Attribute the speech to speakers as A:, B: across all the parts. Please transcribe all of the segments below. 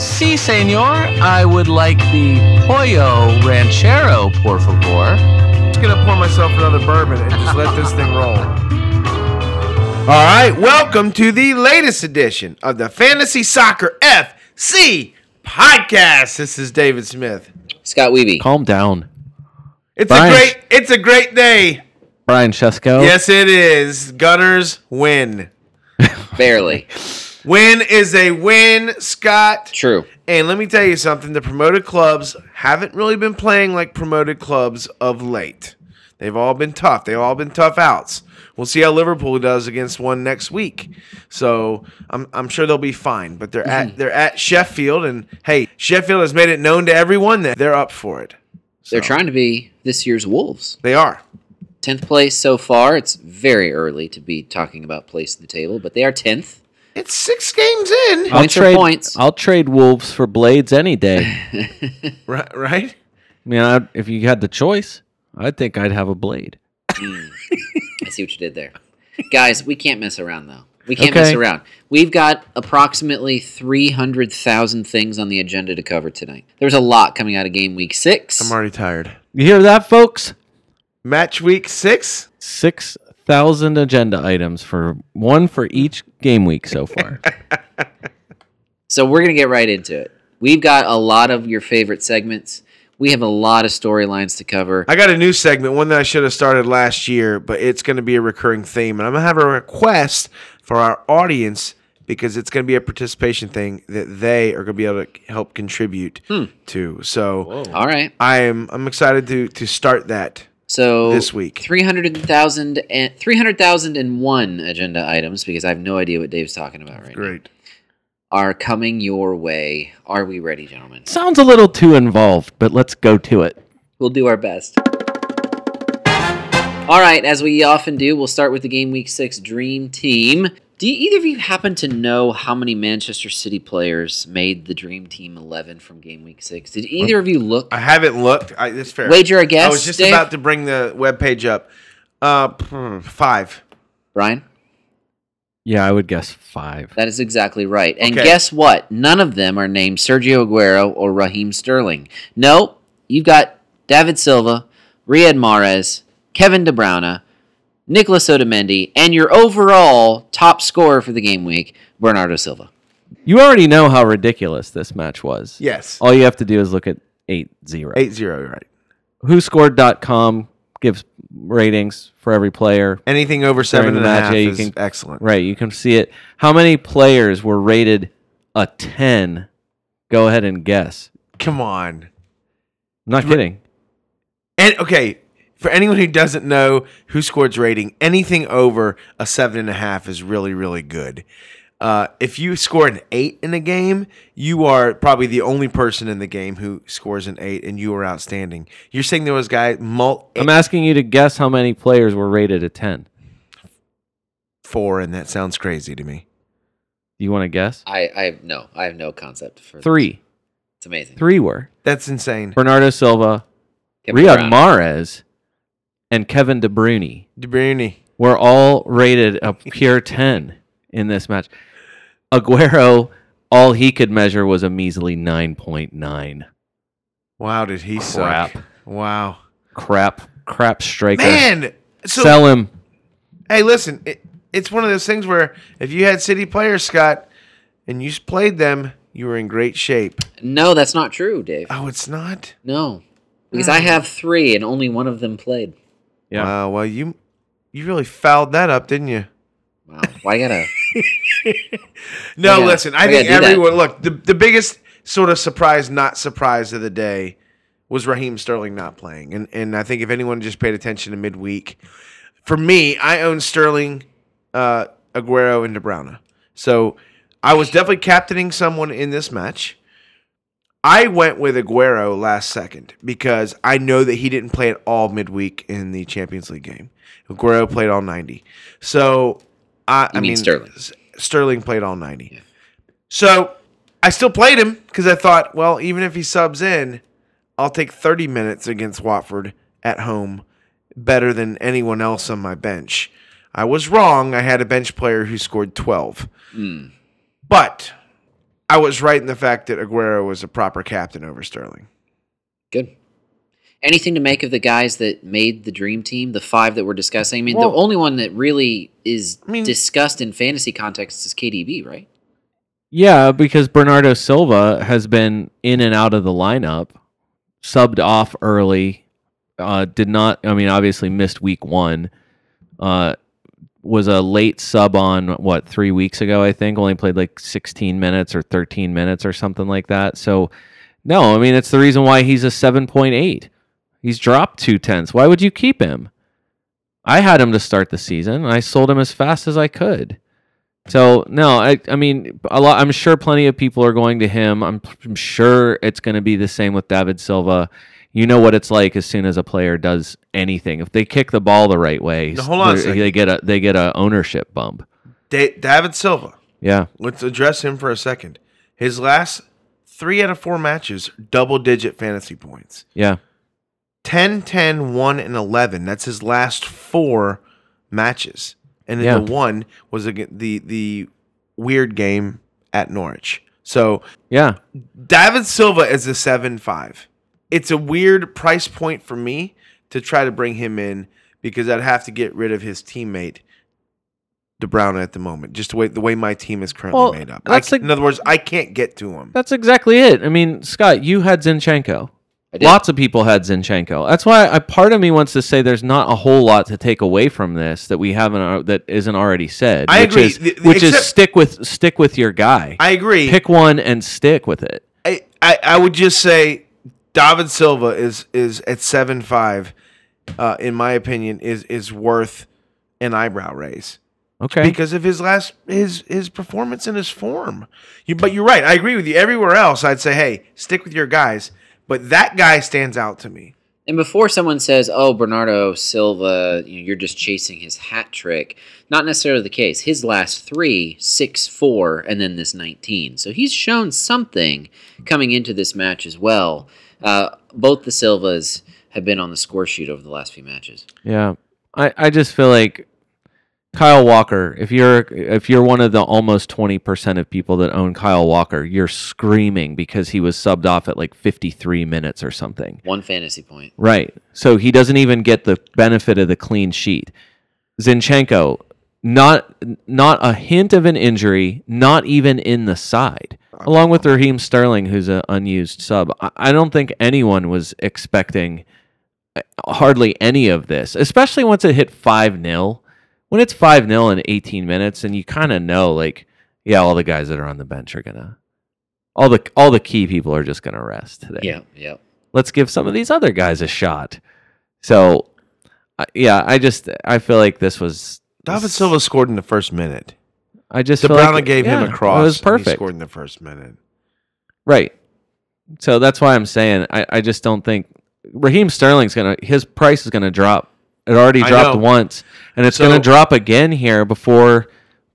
A: Si, senor, I would like the Pollo Ranchero, por favor.
B: just gonna pour myself another bourbon and just let this thing roll. All right, welcome to the latest edition of the Fantasy Soccer FC podcast. This is David Smith.
C: Scott Weeby.
D: Calm down,
B: It's
D: Brian.
B: a great, it's a great day.
D: Brian Shesko.
B: Yes, it is. Gunners win.
C: Barely.
B: Win is a win, Scott.
C: True.
B: And let me tell you something the promoted clubs haven't really been playing like promoted clubs of late. They've all been tough. They've all been tough outs. We'll see how Liverpool does against one next week. So I'm, I'm sure they'll be fine. But they're at they're at Sheffield, and hey, Sheffield has made it known to everyone that they're up for it.
C: They're trying to be this year's Wolves.
B: They are.
C: 10th place so far. It's very early to be talking about place in the table, but they are 10th.
B: It's six games in,
D: I'll
C: Points are
D: trade,
C: points.
D: I'll trade wolves for blades any day. I
B: right? Right?
D: mean, I, if you had the choice, I think I'd have a blade.
C: I see what you did there. Guys, we can't mess around, though. We can't mess
D: Okay.
C: around. We've got approximately 300,000 things on the agenda to cover tonight. There's a lot coming out of game week six.
B: I'm already tired.
D: You hear that, folks?
B: Match week six.
D: Six thousand agenda items for one for each game week so far.
C: So we're going to get right into it. We've got a lot of your favorite segments. We have a lot of storylines to cover.
B: I got a new segment, one that I should have started last year, but it's going to be a recurring theme. And I'm going to have a request for our audience because it's going to be a participation thing that they are going to be able to help contribute
D: Hmm.
B: to. So
C: All right.
B: I am I'm excited to to start that.
C: So
B: This week.
C: 300,000 and 300,001 agenda items because I have no idea what Dave's talking about right now.
B: Great.
C: Are coming your way. Are we ready, gentlemen?
D: Sounds a little too involved, but let's go to it.
C: We'll do our best. All right, as we often do, we'll start with the game week 6 dream team. Do either of you happen to know how many Manchester City players made the dream team 11 from game week 6? Did either of you look
B: I haven't looked. I, that's fair.
C: wager a guess?
B: I was just
C: Dave?
B: about to bring the webpage up. Uh, hmm, five.
C: Brian,
D: Yeah, I would guess five.
C: that is exactly right. And
B: Okay.
C: guess what? None of them are named Sergio Aguero or Raheem Sterling. No, you've got David Silva, Riyad Mahrez, Kevin De Bruyne, Nicolas Otamendi, and your overall top scorer for the game week, Bernardo Silva.
D: You already know how ridiculous this match was.
B: Yes.
D: All you have to do is look at 8-0.
B: Eight zero. You're right.
D: Who scored.com E gives ratings for every player.
B: Anything over
D: During
B: seven
D: the
B: and a half
D: match, yeah, you
B: is
D: can-
B: excellent.
D: Right, you can see it. How many players were rated a 10? Go ahead and guess.
B: Come on.
D: I'm not kidding.
B: And okay, for anyone who doesn't know who scored's rating, anything over a seven and a half is really, really good. Uh, if you score an eight in a game, you are probably the only person in the game who scores an eight, and you are outstanding. You're saying there was guy mul-
D: I'm asking you to guess how many players were rated a 10.
B: four, and that sounds crazy to me.
D: Do you want to guess?
C: I, I have no, I have no concept for
D: Three.
C: It's amazing.
D: Three were.
B: That's insane.
D: Bernardo Silva,
C: Kevin De
D: Riyad
C: Bruyne.
D: Mahrez, and Kevin De Bruyne.
B: De Bruyne.
D: were all rated a pure 10 in this match. Aguero, all he could measure was a measly 9.9.
B: Wow, did he suck?
D: Crap.
B: Wow,
D: Crap, crap striker.
B: man. So
D: Sell him.
B: Hey, listen, it, it's one of those things where if you had city players, Scott, and you s- played them, you were in great shape.
C: No, that's not true, Dave.
B: Oh, it's not.
D: Ah.
C: No, because I have three and only one of them played.
D: Yeah.
B: Wow. Well, you You really fouled that up, didn't you?
C: Wow. Why you gotta?
B: No,
C: Yeah,
B: listen. I
C: we
B: think
C: gotta do that.
B: everyone. Look, the the biggest sort of surprise, not surprise of the day, was Raheem Sterling not playing, and and I think if anyone just paid attention to midweek, for me, I own Sterling, uh, Aguero, and DeBrowna, so I was definitely captaining someone in this match. I went with Aguero last second because I know that he didn't play at all midweek in the Champions League game. Aguero played all ninety, so I,
C: You
B: I
C: mean
B: mean
C: Sterling.
B: S- Sterling played all 90. So I still played him because I thought, well, even if he subs in, I'll take 30 minutes against Watford at home better than anyone else on my bench. I was wrong. I had a bench player who scored 12. Hmm. But I was right in the fact that Aguero was a proper captain over Sterling.
C: Good. Anything to make of the guys that made the dream team, the five that we're discussing? I mean,
B: Well-
C: the only one that really is
B: I mean-
C: discussed in fantasy context is KDB, right?
D: Yeah, because Bernardo Silva has been in and out of the lineup, subbed off early, uh, did not, I mean, obviously missed week one, uh, was a late sub on what, three weeks ago, I think, only played like 16 minutes or 13 minutes or something like that. So, no, I mean, it's the reason why he's a 7.8. He's dropped two tenths. Why would you keep him? I had him to start the season, and I sold him as fast as I could. So no, I I mean a lot. I'm sure plenty of people are going to him. I'm, I'm sure it's going to be the same with David Silva. You know what it's like as soon as a player does anything. If they kick the ball the right way,
B: Now, hold on a
D: they-
B: second.
D: they get a they get a ownership bump.
B: Da- David Silva,
D: Yeah,
B: let's address him for a second. His last three out of four matches, double digit fantasy points.
D: yeah.
B: 10 10 1 and 11 that's his last four matches and then
D: Yeah.
B: the one was again the the weird game at norwich so
D: Yeah.
B: david silva is a 7-5 it's a weird price point for me to try to bring him in because i'd have to get rid of his teammate De Bruyne at the moment, just the way the way my team is currently
D: Well,
B: made up. I
D: that's
B: c-
D: the-
B: in other words, I can't get to him.
D: That's exactly it. I mean, Scott, you had Zinchenko.
C: I did.
D: Lots of people had Zinchenko. That's why a part of me wants to say there's not a whole lot to take away from this that we haven't al- that isn't already said.
B: I
D: which
B: agree.
D: Is,
B: The- the-
D: which
B: except-
D: is stick with stick with your guy.
B: I agree.
D: Pick one and stick with it.
B: I, I, I would just say David Silva is is at seven five, uh, in my opinion, is is worth an eyebrow raise
D: Okay.
B: because of his last his his performance and his form. You, but you're right. I agree with you. Everywhere else, I'd say, hey, stick with your guys. But that guy stands out to me.
C: And before someone says, "Oh, Bernardo Silva, you know, you're just chasing his hat trick," not necessarily the case. His last three, six, four, and then this 19. So he's shown something coming into this match as well. Uh, both the Silvas have been on the score sheet over the last few matches.
D: Yeah, I, I just feel like Kyle Walker. If you're if you're one of the almost twenty percent of people that own Kyle Walker, you're screaming because he was subbed off at like fifty three minutes or something.
C: One fantasy point.
D: Right. So he doesn't even get the benefit of the clean sheet. Zinchenko, not not a hint of an injury, not even in the side. Along with Raheem Sterling, who's an unused sub. I, I don't think anyone was expecting uh, hardly any of this, especially once it hit 5 0. When it's 5 0 in 18 minutes, and you kind of know, like, yeah, all the guys that are on the bench are going to. All the all the key people are just going to rest today
C: Yeah, yeah.
D: let's give some of these other guys a shot. So, I yeah, I just I feel like this was
B: David Silva scored in the first minute.
D: I just
B: De
D: feel like
B: Bruyne
D: it-
B: gave
D: yeah,
B: him a cross.
D: It was
B: and he
D: perfect,
B: scored in the first minute.
D: right? So that's why I'm saying I, I just don't think Raheem Sterling's gonna his price is gonna drop. It already
B: I
D: dropped
B: know.
D: once, and it's
B: So-
D: gonna drop again here before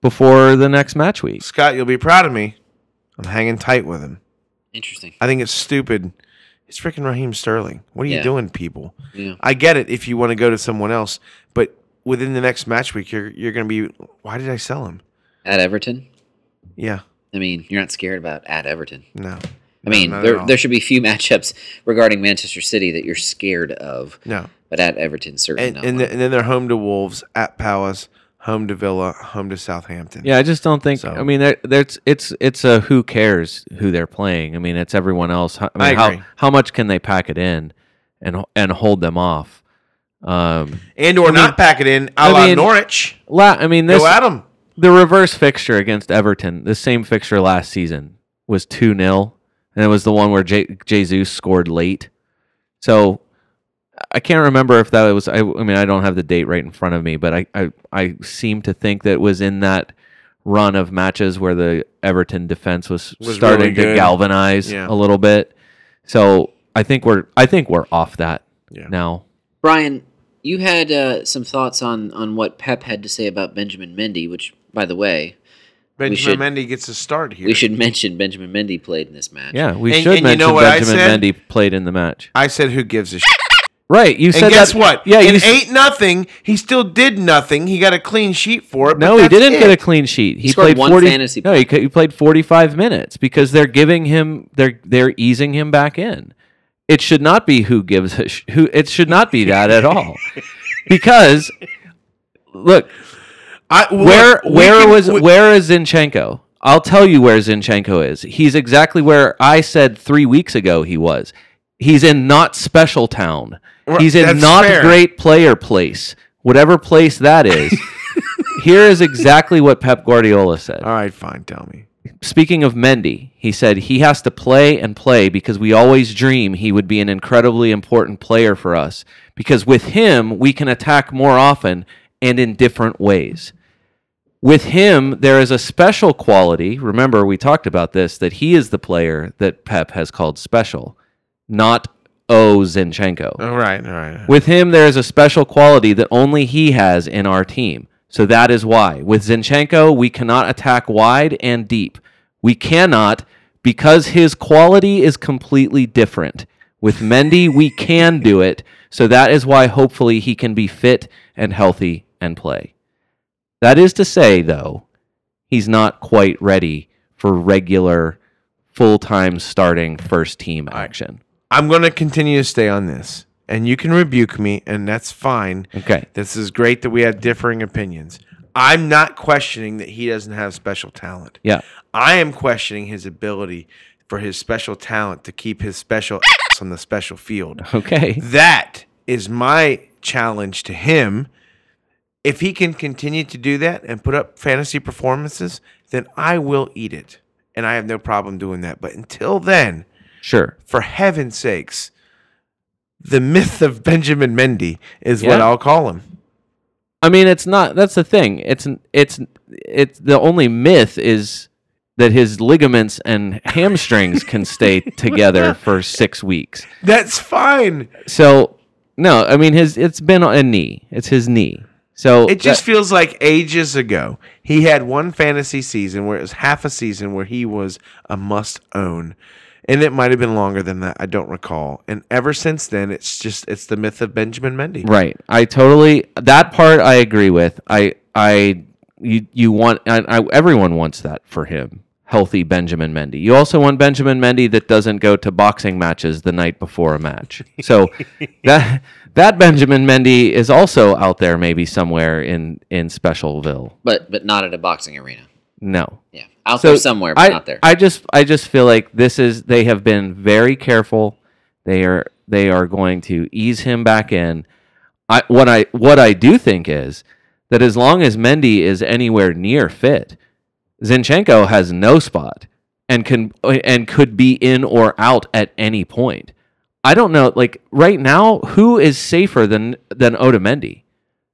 D: before the next match week.
B: Scott, you'll be proud of me. I'm hanging tight with him.
C: Interesting.
B: I think it's stupid. It's freaking Raheem Sterling. What are you
C: Yeah.
B: doing, people?
C: Yeah.
B: I get it if you want to go to someone else, but within the next match week, you're you're going to be. Why did I sell him?
C: At Everton,
B: Yeah,
C: I mean, you're not scared about at Everton.
B: no,
C: I mean,
B: not at
C: there
B: all.
C: there should be few matchups regarding Manchester City that you're scared of,
B: no.
C: but at Everton certainly
B: And
C: not.
B: and,
C: one.
B: the, and then they're home to Wolves, at Palace, home to Villa, home to Southampton.
D: Yeah, I just don't think.
B: So-
D: I mean, there, there's it's it's a who cares who they're playing. I mean, it's everyone else. How, I mean,
B: I
D: how
B: agree.
D: how much can they pack it in and and hold them off? Um,
B: and or not pack it in a
D: I
B: la
D: mean,
B: Norwich.
D: la- I mean, this
B: Go at 'em.
D: the reverse fixture against Everton, the same fixture last season was 2 0, and it was the one where Je- Jesus scored late. So I can't remember if that was, I, I mean, I don't have the date right in front of me, but I, I, I seem to think that it was in that run of matches where the Everton defense was,
B: Was really
D: starting
B: good.
D: to galvanize
B: Yeah.
D: a little bit. So I think we're, I think we're off that
B: Yeah.
D: now.
C: Brian, you had uh, some thoughts on on what Pep had to say about Benjamin Mendy, which, by the way,
B: Benjamin
C: should-
B: Mendy gets a start here.
C: we should mention Benjamin Mendy played in this match.
D: Yeah, we
B: And-
D: should
B: and you
D: mention
B: know what I
D: Benjamin
B: said?
D: Mendy played in the match.
B: I said, who gives a shit?
D: Right, you said
B: And guess
D: that-
B: what?
D: Yeah,
B: it
D: you s-
B: ain't nothing. He still did nothing. He got a clean sheet for it. but
D: No, he
B: that's
D: didn't
B: it.
D: get a clean sheet. He,
C: scored
D: played
C: one
D: 40,
C: fantasy
D: No, he, ca- he played 45 minutes because they're giving him they're they're easing him back in. It should not be who gives a sh- who it should not be that at all. Because look,
B: I, well,
D: where
B: we
D: where
B: can-
D: was
B: we-
D: where is Zinchenko? I'll tell you where Zinchenko is. He's exactly where I said three weeks ago he was. He's in not special town.
B: Right,
D: He's in
B: that's
D: not
B: fair.
D: great player place, whatever place that is. Here is exactly what Pep Guardiola said.
B: All right, fine. Tell me.
D: Speaking of Mendy, he said he has to play and play because we always dream he would be an incredibly important player for us because with him we can attack more often and in different ways. With him, there is a special quality. Remember, we talked about this that he is the player that Pep has called special, not O Zinchenko.
B: All right, all right.
D: With him, there is a special quality that only he has in our team. So that is why. With Zinchenko, we cannot attack wide and deep. We cannot because his quality is completely different. With Mendy, we can do it. So that is why hopefully he can be fit and healthy and play. That is to say, though, he's not quite ready for regular, full time starting first team action.
B: I'm going to continue to stay on this, and you can rebuke me, and that's fine.
D: Okay.
B: This is great that we have differing opinions. I'm not questioning that he doesn't have special talent.
D: Yeah.
B: I am questioning his ability for his special talent to keep his special on the special field.
D: Okay.
B: That is my challenge to him. If he can continue to do that and put up fantasy performances, then I will eat it. And I have no problem doing that. But until then,
D: Sure.
B: for heaven's sakes, the myth of Benjamin Mendy is what
D: Yeah.
B: I'll call him.
D: I mean, it's not. That's the thing. It's it's it's the only myth is that his ligaments and hamstrings can stay together for six weeks.
B: That's fine.
D: So no, I mean his it's been a knee. It's his knee. So
B: It
D: that-
B: just feels like ages ago. He had one fantasy season where it was half a season where he was a must own. And it might have been longer than that. I don't recall. And ever since then, it's just it's the myth of Benjamin Mendy.
D: Right. I totally that part I agree with. I I you you want I, I, everyone wants that for him. Healthy Benjamin Mendy. You also want Benjamin Mendy that doesn't go to boxing matches the night before a match. So that that Benjamin Mendy is also out there maybe somewhere in in Specialville.
C: But but not at a boxing arena.
D: No.
C: Yeah, out there somewhere, but
D: I,
C: not there.
D: I just I just feel like this is they have been very careful. They are they are going to ease him back in. I what I what I do think is that as long as Mendy is anywhere near fit, Zinchenko has no spot and can and could be in or out at any point. I don't know like right now who is safer than than Otamendi?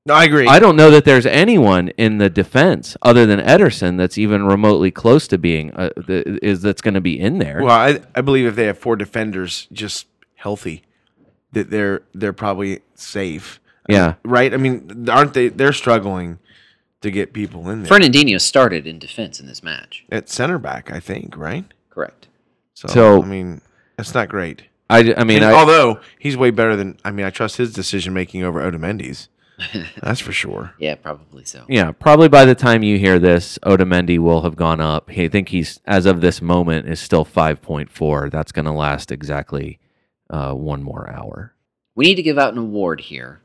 B: No, I agree.
D: I don't know that there's anyone in the defense other than Ederson that's even remotely close to being uh, th- is that's going to be in there.
B: well, I, I believe if they have four defenders just healthy, that they're they're probably safe.
D: yeah,
B: Right? I mean, aren't they they're struggling to get people in there.
C: Fernandinho started in defense in this match.
B: At center back, I think, right?
C: Correct.
B: So,
D: So-
B: I mean, that's not great.
D: I, d- I mean,
B: And
D: I,
B: although he's way better than, I mean, I trust his decision making over Otamendi's. That's for sure.
C: Yeah, probably so.
D: yeah, probably by the time you hear this, Otamendi will have gone up. He- I think he's as of this moment is still five point four. That's going to last exactly uh, one more hour.
C: We need to give out an award here.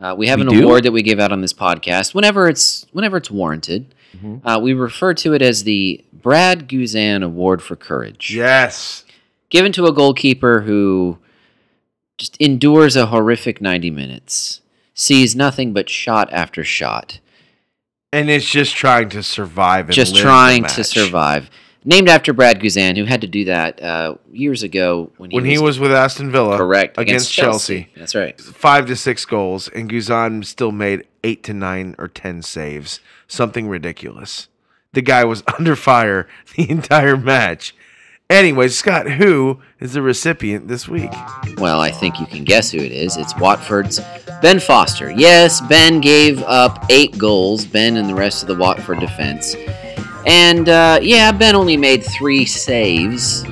C: Uh, we have
D: We
C: an
D: do?
C: award that we give out on this podcast whenever it's whenever it's warranted.
B: Mm-hmm.
C: Uh, we refer to it as the Brad Guzan Award for Courage.
B: Yes.
C: given to a goalkeeper who just endures a horrific 90 minutes sees nothing but shot after shot,
B: and it's just trying to survive. And
C: just
B: live the
C: trying to
B: match.
C: survive. Named after Brad Guzan, who had to do that uh, years ago when he
B: When he
C: was,
B: was with Aston Villa,
C: correct
B: against, Chelsea.
C: That's right.
B: five to six goals, and Guzan still made eight to nine or ten saves. Something ridiculous. The guy was under fire the entire match. Anyway, Scott, who is the recipient this week?
C: Well, I think you can guess who it is. It's Watford's Ben Foster. Yes, Ben gave up eight goals, Ben and the rest of the Watford defense. And uh, yeah, Ben only made three saves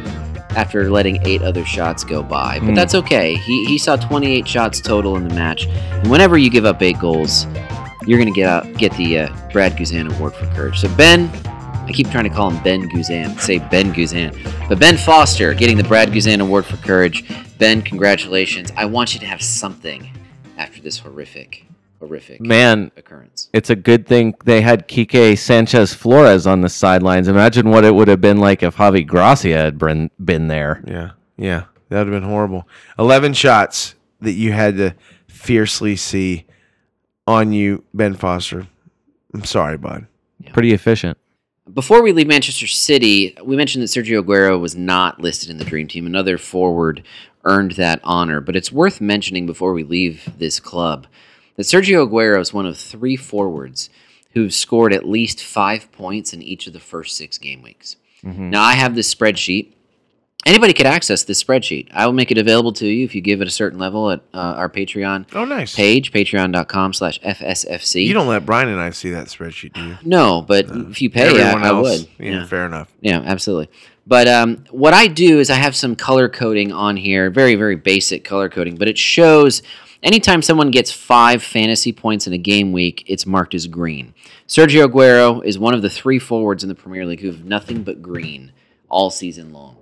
C: after letting eight other shots go by. But
D: Hmm.
C: that's okay. He, he saw 28 shots total in the match. And whenever you give up eight goals, you're going to get out, get the uh, Brad Guzan Award for Courage. So, Ben, I keep trying to call him Ben Guzan, say Ben Guzan. But Ben Foster getting the Brad Guzan Award for Courage. Ben, congratulations. I want you to have something after this horrific, horrific
D: Man,
C: occurrence.
D: it's a good thing they had Kike Sanchez Flores on the sidelines. Imagine what it would have been like if Javi Gracia had been, been there.
B: Yeah, yeah, that would have been horrible. Eleven shots that you had to fiercely see on you, Ben Foster. I'm sorry, bud.
D: Pretty efficient.
C: Before we leave Manchester City, we mentioned that Sergio Aguero was not listed in the Dream Team. Another forward earned that honor, but it's worth mentioning before we leave this club that Sergio Aguero is one of three forwards who've scored at least five points in each of the first six game weeks.
B: Mm-hmm.
C: Now, I have this spreadsheet. Anybody could access this spreadsheet. I will make it available to you if you give it a certain level at uh, our Patreon
B: Oh, nice.
C: page, patreon.com slash FSFC.
B: You don't Uh, let Brian and I see that spreadsheet, do you?
C: no, but if you pay, I, I would.
B: Yeah, fair enough.
C: Yeah, absolutely. But um, what I do is I have some color coding on here, very, very basic color coding, but it shows anytime someone gets five fantasy points in a game week, it's marked as green. Sergio Aguero is one of the three forwards in the Premier League who've nothing but green all season long.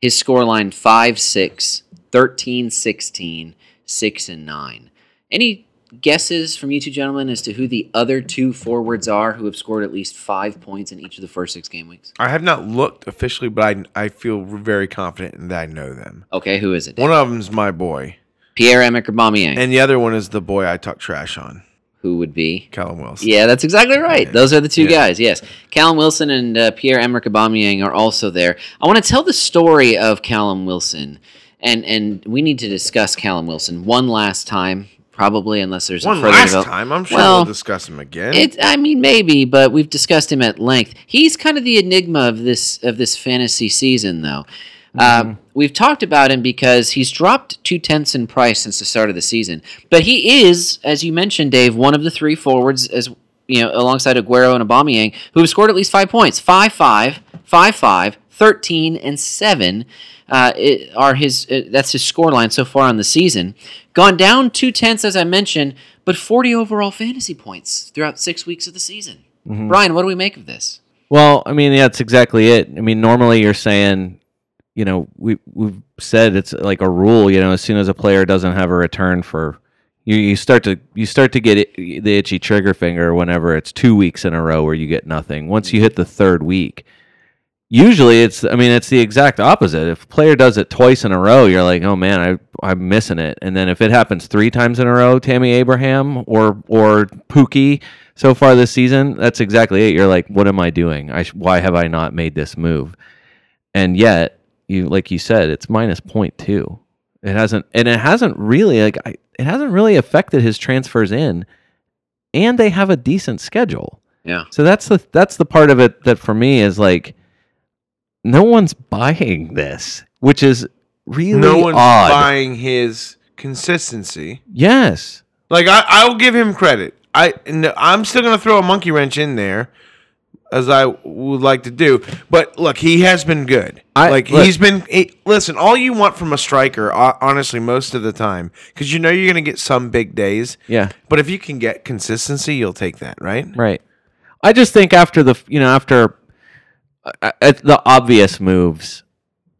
C: His scoreline 5 6, 13 16, 6 and 9. Any guesses from you two gentlemen as to who the other two forwards are who have scored at least five points in each of the first six game weeks?
B: I have not looked officially, but I I feel very confident in that I know them.
C: Okay, who is it?
B: One of them's my boy,
C: Pierre Emerick Aubameyang,
B: and the other one is the boy I talk trash on,
C: who would be?
B: Callum Wilson.
C: Yeah, that's exactly right. Those are the two guys. Yes, Callum Wilson and uh, Pierre Emerick Aubameyang are also there. I want to tell the story of Callum Wilson, and and we need to discuss Callum Wilson one last time, probably, unless there's a
B: One
C: further
B: last
C: develop-
B: time, I'm sure
C: Well,
B: we'll discuss him again.
C: It, I mean, maybe, but we've discussed him at length. He's kind of the enigma of this of this fantasy season, though. Uh, we've talked about him because he's dropped two tenths in price since the start of the season, but he is, as you mentioned, Dave, one of the three forwards, as you know, alongside Aguero and Aubameyang, who have scored at least five points. Five, five, five, five, 13 and 7 uh, i- are his uh, that's his scoreline so far on the season gone down two tenths as i mentioned but 40 overall fantasy points throughout six weeks of the season
D: Mm-hmm.
C: brian what do we make of this
D: Well, I mean, that's exactly it. I mean, normally you're saying, you know, we we've said it's like a rule. You know, as soon as a player doesn't have a return for, you you start to you start to get it, the itchy trigger finger whenever it's two weeks in a row where you get nothing. Once you hit the third week, usually it's I mean it's the exact opposite. If a player does it twice in a row, you're like, oh man, I I'm missing it. And then if it happens three times in a row, Tammy Abraham or or Pookie so far this season, that's exactly it. You're like, what am I doing? I sh- why have I not made this move? And yet you like you said, it's minus point two. It hasn't and it hasn't really like I, it hasn't really affected his transfers in. And they have a decent schedule.
C: yeah
D: So that's the that's the part of it that for me is like no one's buying this, which is really
B: no one's
D: odd.
B: buying his consistency.
D: Yes.
B: Like I, I'll give him credit. I, no, I'm still gonna throw a monkey wrench in there, as I would like to do. But look, he has been good.
D: I-
B: like
D: look-
B: he's been. He, listen, all you want from a striker, ho- honestly, most of the time, because you know you're gonna get some big days.
D: Yeah.
B: But if you can get consistency, you'll take that, right?
D: Right. I just think after the you know after uh, uh, the obvious moves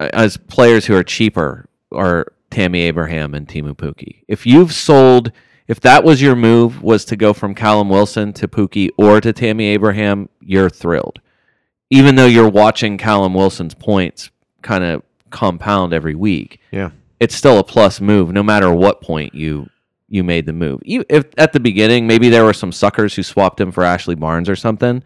D: uh, as players who are cheaper are Tammy Abraham and Timu Puki. If you've sold if that was your move was to go from Callum Wilson to Pookie or to Tammy Abraham, you're thrilled. Even though you're watching Callum Wilson's points kind of compound every week,
B: Yeah.
D: it's still a plus move no matter what point you you made the move. You, if at the beginning, maybe there were some suckers who swapped him for Ashley Barnes or something.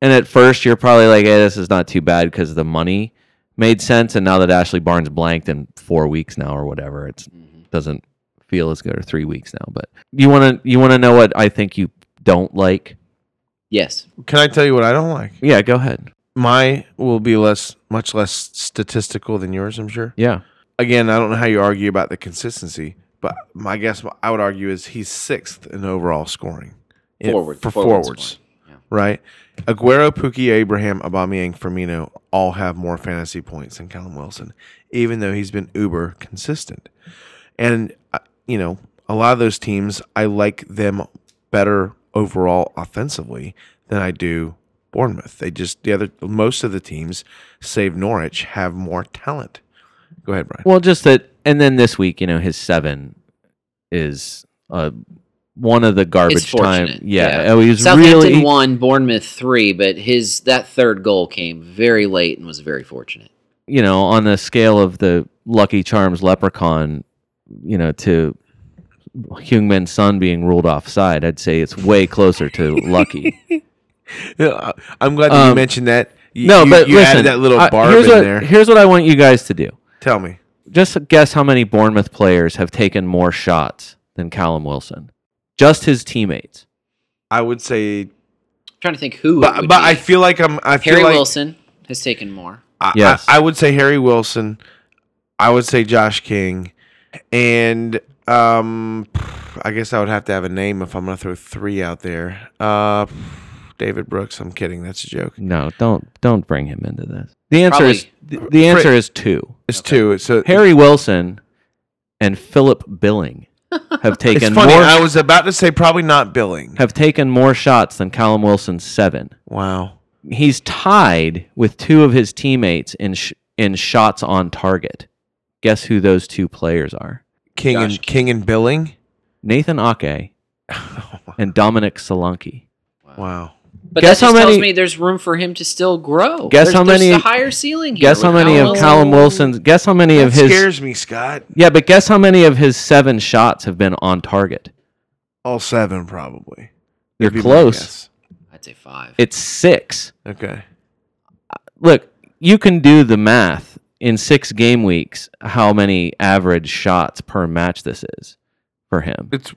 D: And at first, you're probably like, "Hey, this is not too bad because the money made sense." And now that Ashley Barnes blanked in four weeks now or whatever, it doesn't feel as good. Or three weeks now, but you want to you want to know what I think you don't like?
C: Yes.
B: Can I tell you what I don't like?
D: Yeah, go ahead.
B: My will be less, much less statistical than yours. I'm sure.
D: Yeah,
B: Again, I don't know how you argue about the consistency, but my guess I would argue is he's sixth in overall scoring in-
C: Forward-
B: for
C: forward
B: forwards.
C: scoring, yeah.
B: Right, Aguero, Puki, Abraham, Aubameyang, Firmino all have more fantasy points than Callum Wilson, even though he's been uber consistent. And uh, you know, a lot of those teams, I like them better overall offensively than I do Bournemouth. They just the other most of the teams, save Norwich, have more talent. Go ahead, Brian.
D: Well, just that, and then this week, you know, his seven is uh, one of the
C: It's
D: garbage time.
C: fortunate.
D: Yeah, Oh, he was
C: Southampton
D: really
C: won, Bournemouth three, but his that third goal came very late and was very fortunate.
D: you know, on the scale of the Lucky Charms leprechaun, you know, to Heung-Min Sun being ruled offside, I'd say it's way closer to Lucky.
B: Yeah, I- I'm glad that you
D: Um,
B: mentioned that. You,
D: no,
B: you-
D: but
B: you
D: listen,
B: added that little
D: I-
B: barb
D: here's
B: in
D: what,
B: there.
D: Here's what I want you guys to do.
B: Tell me.
D: Just guess how many Bournemouth players have taken more shots than Callum Wilson. Just his teammates.
B: I would say,
C: I'm trying to think who. it
B: but,
C: would
B: but
C: be.
B: I feel like I'm. I feel
C: Harry
B: like
C: Wilson has taken more.
B: I, I-
D: Yes.
B: I, would say Harry Wilson. I would say Josh King, and um, I guess I would have to have a name if I'm gonna throw three out there. Uh, David Brooks. I'm kidding. That's a joke.
D: No, don't don't bring him into this. The answer is the, the
B: Fri-
D: answer is two.
B: It's two. So
D: Harry Wilson and Philip Billing have
B: It's
D: taken
B: funny.
D: more
B: I was about to say probably not billing.
D: have taken more shots than Callum Wilson's seven.
B: Wow.
D: He's tied with two of his teammates in sh- in shots on target. Guess who those two players are?
B: King and King and billing.
D: Nathan Ake and Dominic Solanke.
B: Wow.
C: But
D: Guess
C: that just
D: how
C: tells
D: many-
C: me there's room for him to still grow.
D: Guess
C: There's-
D: how
C: there's
D: many-
C: a higher ceiling. here
D: Guess how
C: with
D: many of Callum Wilson's guess how many
B: That
D: of his
B: scares me, Scott.
D: Yeah, but guess how many of his seven shots have been on target?
B: All seven probably.
D: You're
B: Would be my
D: close.
B: guess.
C: I'd say five.
D: It's six.
B: Okay.
D: Look, you can do the math in six game weeks how many average shots per match this is for him.
B: It's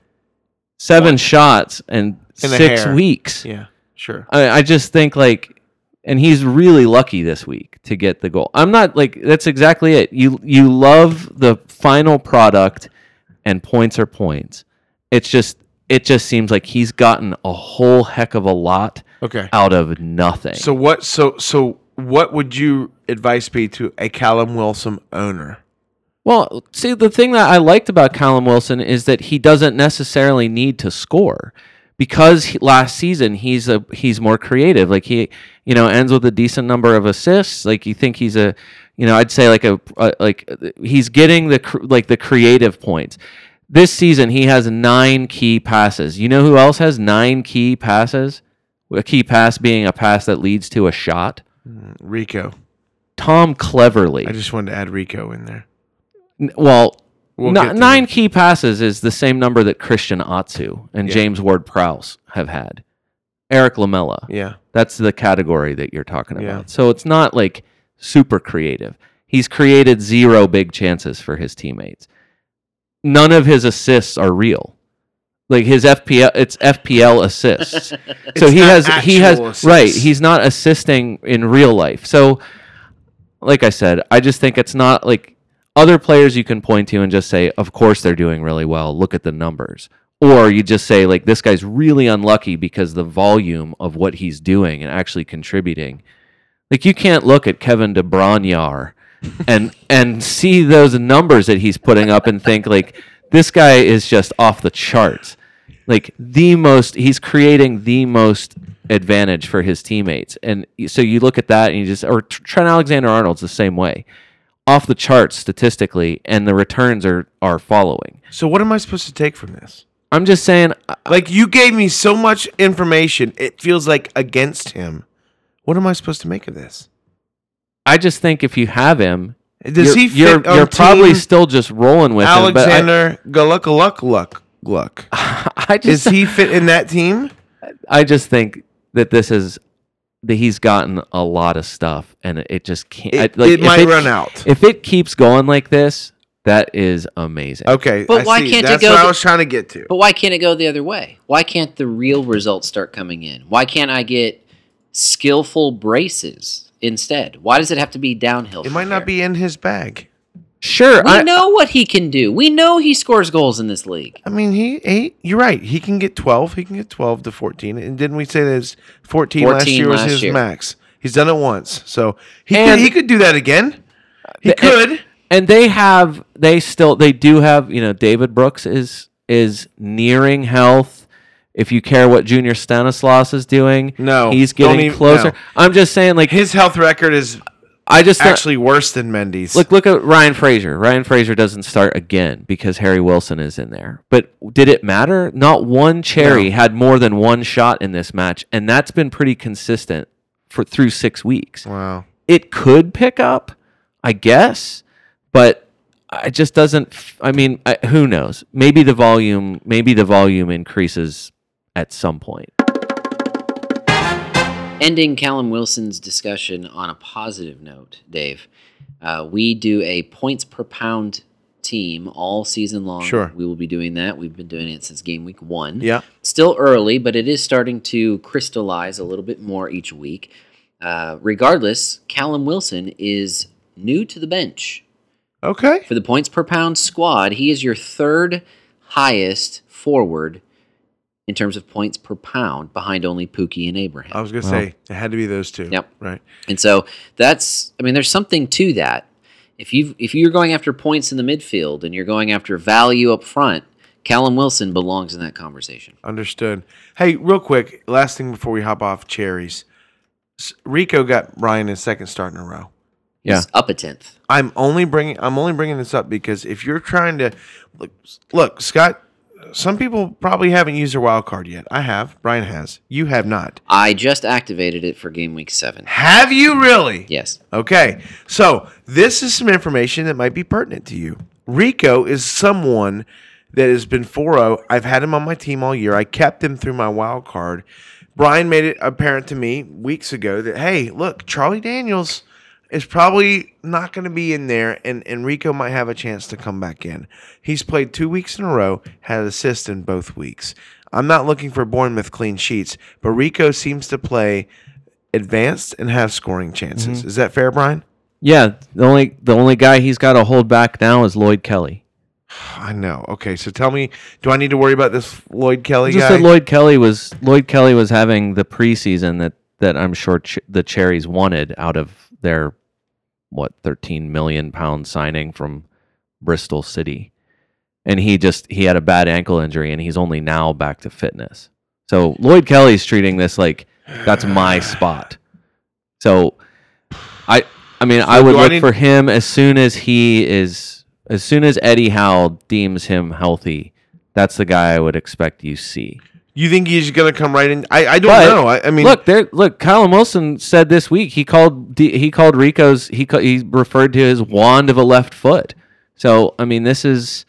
D: Seven shots and
B: In a
D: six
B: hair.
D: weeks.
B: yeah, sure.
D: I, I just think like, and he's really lucky this week to get the goal. I'm not like that's exactly it. You you love the final product, and points are points. It's just it just seems like he's gotten a whole heck of a lot
B: Okay.
D: out of nothing.
B: So what? So so what would you advice be to a Callum Wilson owner?
D: Well, see, the thing that I liked about Callum Wilson is that he doesn't necessarily need to score because he, last season he's a he's more creative. Like he, you know, ends with a decent number of assists. Like you think he's a, you know, I'd say like a, a like uh, he's getting the cr- like the creative points. This season he has nine key passes. You know who else has nine key passes? A key pass being a pass that leads to a shot.
B: Rico.
D: Tom Cleverly.
B: I just wanted to add Rico in there.
D: N- Well,
B: We'll
D: ni-
B: get to
D: nine
B: them.
D: key passes is the same number that Christian Atsu and
B: Yeah.
D: James Ward Prowse have had. Eric Lamella.
B: Yeah.
D: That's the category that you're talking about.
B: Yeah.
D: So it's not like super creative. He's created zero big chances for his teammates. None of his assists are real. Like his FPL, it's FPL assists. so
B: It's
D: he
B: not
D: has he has
B: actual
D: right.
B: assists.
D: He's not assisting in real life. So, like I said, I just think it's not like other players you can point to and just say, of course they're doing really well. Look at the numbers. Or you just say, like, this guy's really unlucky because the volume of what he's doing and actually contributing. Like, you can't look at Kevin DeBronyar and and see those numbers that he's putting up and think like this guy is just off the charts. Like the most he's creating the most advantage for his teammates. And so you look at that and you just or Tr- Trent Alexander-Arnold's the same way. Off the charts statistically and the returns are are following.
B: So what am I supposed to take from this?
D: I'm just saying uh,
B: Like you gave me so much information, it feels like against him. What am I supposed to make of this?
D: I just think if you have him
B: Does
D: you're,
B: he fit
D: you're,
B: on
D: you're probably
B: team
D: still just rolling with him, but I-
B: Alexander Galuck Luck Luck Gluck?
D: I
B: Is
D: just
B: he fit in that team?
D: I just think that this is that he's gotten a lot of stuff, and it just can't.
B: It,
D: I- like,
B: it
D: if
B: might run out.
D: If it keeps going like this, that is amazing.
B: Okay,
C: But
B: I
C: why
B: see.
C: can't it
B: That's
C: go
B: what I
C: the-
B: was trying to get to.
C: But why can't it go the other way? Why can't the real results start coming in? Why can't I get skillful braces instead? Why does it have to be downhill?
B: It
C: from
B: might
C: there?
B: not be in his bag.
D: Sure,
C: We
D: I,
C: know what he can do. We know he scores goals in this league.
B: I mean, he, he you're right. He can get 12. He can get 12 to 14. And didn't we say that his 14, last
C: 14
B: year was
C: last
B: his
C: year.
B: max? He's done it once. So he, could,
D: And-
B: he could do that again. He
D: The-
B: could.
D: and they have they still they do have you know David Brooks is is nearing health. If you care what Junior Stanislas is doing,
B: No,
D: he's
B: don't
D: getting
B: even-
D: closer.
B: no.
D: I'm just saying, like
B: his health record is
D: I just don't-
B: actually worse than Mendy's.
D: Look, look at Ryan Fraser. Ryan Fraser doesn't start again because Harry Wilson is in there. But did it matter? Not one cherry had more than one shot in this match, and that's been pretty consistent for through six weeks.
B: wow.
D: It could pick up, I guess, but it just doesn't. f- I mean, I, who knows? Maybe the volume, maybe the volume increases at some point.
C: Ending Callum Wilson's discussion on a positive note, Dave. Uh, we do a points per pound team all season long.
B: Sure.
C: We will be doing that. We've been doing it since game week one.
B: Yeah.
C: Still early, but it is starting to crystallize a little bit more each week. Uh, regardless, Callum Wilson is new to the bench.
B: Okay.
C: For the points per pound squad, he is your third highest forward in terms of points per pound behind only Pookie and Abraham.
B: I was gonna say it had to be those two.
C: Yep.
B: Right.
C: And so that's I mean there's something to that. If you if you're going after points in the midfield and you're going after value up front, Callum Wilson belongs in that conversation.
B: Understood. Hey, real quick, last thing before we hop off cherries. S- Rico got Ryan in second start in a row.
C: He's up a tenth.
B: I'm only bringing I'm only bringing this up because if you're trying to look, look, Scott, some people probably haven't used their wild card yet. I have. Brian has. You have not.
C: I just activated it for game week seven.
B: Have you really?
C: Yes.
B: Okay. So this is some information that might be pertinent to you. Rico is someone that has been 4 I've had him on my team all year. I kept him through my wild card. Brian made it apparent to me weeks ago that, hey, look, Charlie Daniels is probably not going to be in there, and, and Rico might have a chance to come back in. He's played two weeks in a row, had an assist in both weeks. I'm not looking for Bournemouth clean sheets, but Rico seems to play advanced and have scoring chances.
D: Mm-hmm.
B: Is that fair, Brian?
D: Yeah, the only the only guy he's got to hold back now is Lloyd Kelly.
B: I know. Okay, so tell me, do I need to worry about this Lloyd Kelly
D: Just
B: guy?
D: that Lloyd Kelly was Lloyd Kelly was having the preseason that that I'm sure ch- the Cherries wanted out of their what 13 million pound signing from Bristol City, and he just he had a bad ankle injury and he's only now back to fitness. So Lloyd Kelly's treating this like that's my spot. So I I mean I would
B: do I
D: look
B: need-
D: for him as soon as he is as soon as Eddie Howe deems him healthy. That's the guy I would expect you see.
B: you think he's going to come right in? I, I don't
D: But,
B: know. I, I mean,
D: look, there. Look, Colin Wilson said this week he called D- he called Rico's he ca- he referred to his wand of a left foot. So I mean, this is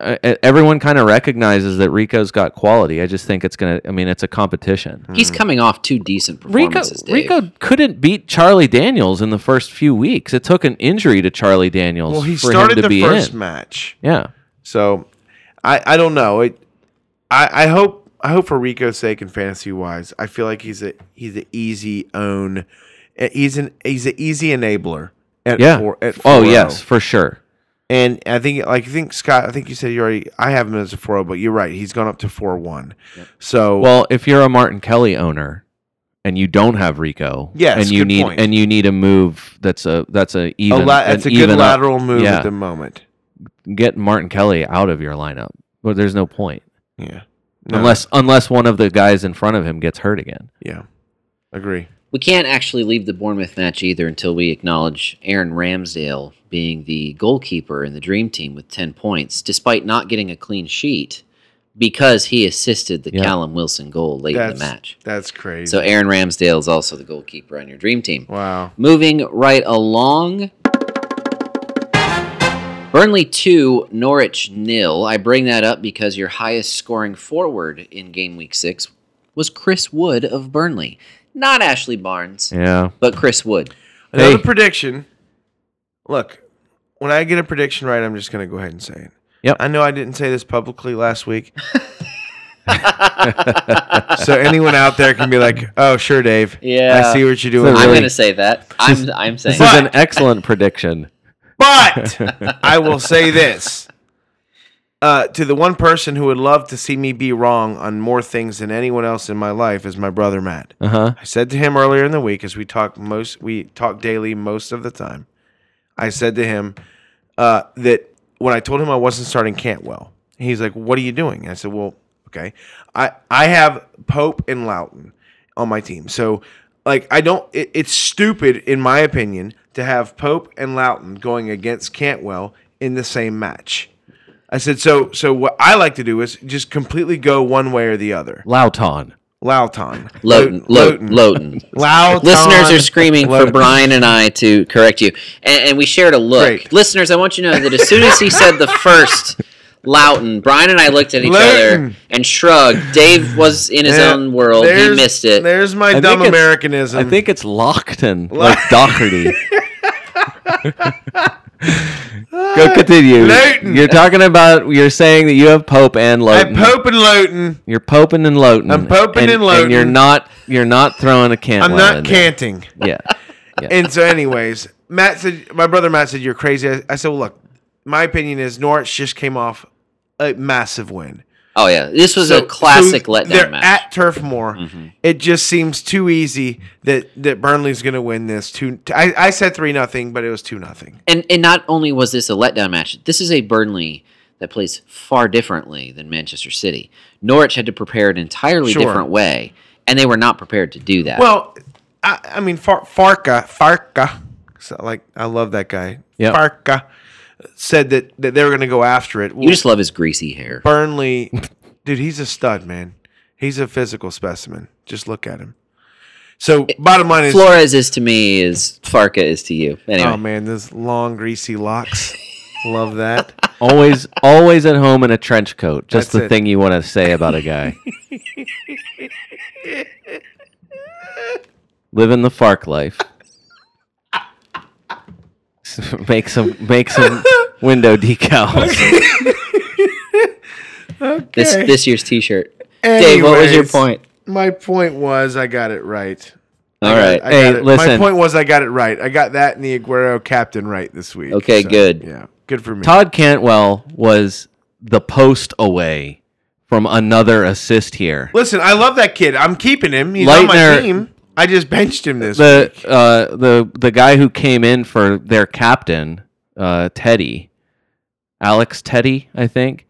D: uh, uh, everyone kind of recognizes that Rico's got quality. I just think it's gonna. I mean, it's a competition.
C: He's coming off two decent
D: Mm. Rico
C: performances, Dave.
D: Rico couldn't beat Charlie Daniels in the first few weeks. It took an injury to Charlie Daniels
B: well, he
D: for him
B: started
D: to
B: the
D: be
B: first
D: in.
B: match,
D: yeah,
B: so I, I don't know. It, I, I hope, I hope for Rico's sake and fantasy wise, I feel like he's a he's an easy own. eh, He's an he's an easy enabler. At
D: yeah.
B: Four, at
D: oh
B: 4-0.
D: yes, for sure.
B: And I think, like, I think Scott, I think you said you already, I have him as a 4 but you're right. He's gone up to 4 1. So,
D: Well, if you're a Martin Kelly owner and you don't have Rico,
B: Yes,
D: and you
B: good
D: need
B: point.
D: and you need a move that's a that's a
B: a
D: even
B: la- it's a
D: an
B: good
D: even up-
B: lateral move
D: Yeah,
B: at the moment.
D: get Martin Kelly out of your lineup. But there's no point
B: Yeah. No,
D: unless unless one of the guys in front of him gets hurt again.
B: Yeah. Agree.
C: We can't actually leave the Bournemouth match either until we acknowledge Aaron Ramsdale being the goalkeeper in the Dream Team with 10 points, despite not getting a clean sheet because he assisted the
D: Yeah.
C: Callum Wilson goal late in
B: That's,
C: the match.
B: that's crazy.
C: So Aaron Ramsdale is also the goalkeeper on your Dream Team.
B: wow.
C: Moving right along, Burnley 2, Norwich nil. I bring that up because your highest scoring forward in game week 6 was Chris Wood of Burnley. Not Ashley Barnes,
D: Yeah.
C: but Chris Wood.
B: Another
D: Hey.
B: prediction. Look, when I get a prediction right, I'm just going to go ahead and say it.
D: Yep.
B: I know I didn't say this publicly last week. so anyone out there can be like, "Oh, sure, Dave.
C: Yeah.
B: I see what you're
D: So
B: doing."
C: I'm
D: really-
C: going to say that. I'm, I'm saying
D: This is an excellent prediction.
B: But I will say this uh, to the one person who would love to see me be wrong on more things than anyone else in my life is my brother Matt.
D: Uh huh.
B: I said to him earlier in the week, as we talk most, we talk daily most of the time. I said to him uh, that when I told him I wasn't starting Cantwell, he's like, "What are you doing?" I said, "Well, okay, I I have Pope and Loughton on my team, so like I don't. It, it's stupid, in my opinion, to have Pope and Loughton going against Cantwell in the same match." I said, "So so what I like to do is just completely go one way or the other."
D: Lauton.
B: Loughton,
C: Lowton. Lowton. Lowton.
B: Loud
C: Listeners are screaming for
B: Loud-
C: Brian and I to correct you. And, and we shared a look.
B: Great.
C: Listeners, I want you to know that as soon as he said the first Loughton, Brian and I looked at each other
B: Lowton.
C: and shrugged. Dave was in his
B: Yeah,
C: own world. He
B: there's-
C: missed it.
B: There's my
D: I
B: dumb
D: think it's-
B: Americanism.
D: I think it's Lockton, like Doherty. Go continue.
B: Lowton.
D: You're talking about. You're saying that you have Pope and
B: I'm
D: Lowton.
B: poping Lowton.
D: You're poping and Lowton.
B: I'm poping and
D: And you're
B: Lowton.
D: not. You're not throwing a can.
B: I'm not canting.
D: Yeah.
B: And so, anyways, Matt said, my brother Matt said, you're crazy. I, I said, well, look, my opinion is Norwich just came off a massive win.
C: Oh yeah, this was a
B: So-
C: classic
B: so they're
C: letdown match. Mm-hmm.
B: At Turf Moor, it just seems too easy that that Burnley's going to win this. Two, I, I said three nothing, but it was two nothing.
C: and and not only was this a letdown match, this is a Burnley that plays far differently than Manchester City. Norwich had to prepare an entirely
B: Sure.
C: different way, and they were not prepared to do that.
B: Well, I, I mean, Far- Farca, Farca, so like I love that guy.
D: Yep.
B: Farca said that, that they were going to go after it.
C: you just love his greasy hair.
B: Burnley, dude, he's a stud, man. He's a physical specimen. Just look at him. So, bottom line is,
C: Flores is to me is Farca is to you. Anyway,
B: oh man, those long greasy locks. love that.
D: Always, always at home in a trench coat. Just
B: That's
D: the
B: it.
D: thing you want to say about a guy. Living the Fark life. make some, make some window decals.
C: this this year's T-shirt. Dave, what was your
B: Anyways,
C: point?
B: My point was, I got it right.
C: All right.
B: I
D: Hey,
B: got it- My
D: listen.
B: point was, I got it right. I got that and the Aguero captain right this week.
C: Okay, good.
B: Yeah, good for me.
D: Todd Cantwell was the post away from another assist here.
B: Listen, I love that kid. I'm keeping him. He's on my
D: Leitner-
B: team. I just benched him this
D: the
B: week.
D: uh, the the guy who came in for their captain, uh, Teddy, Alex Teddy, I think,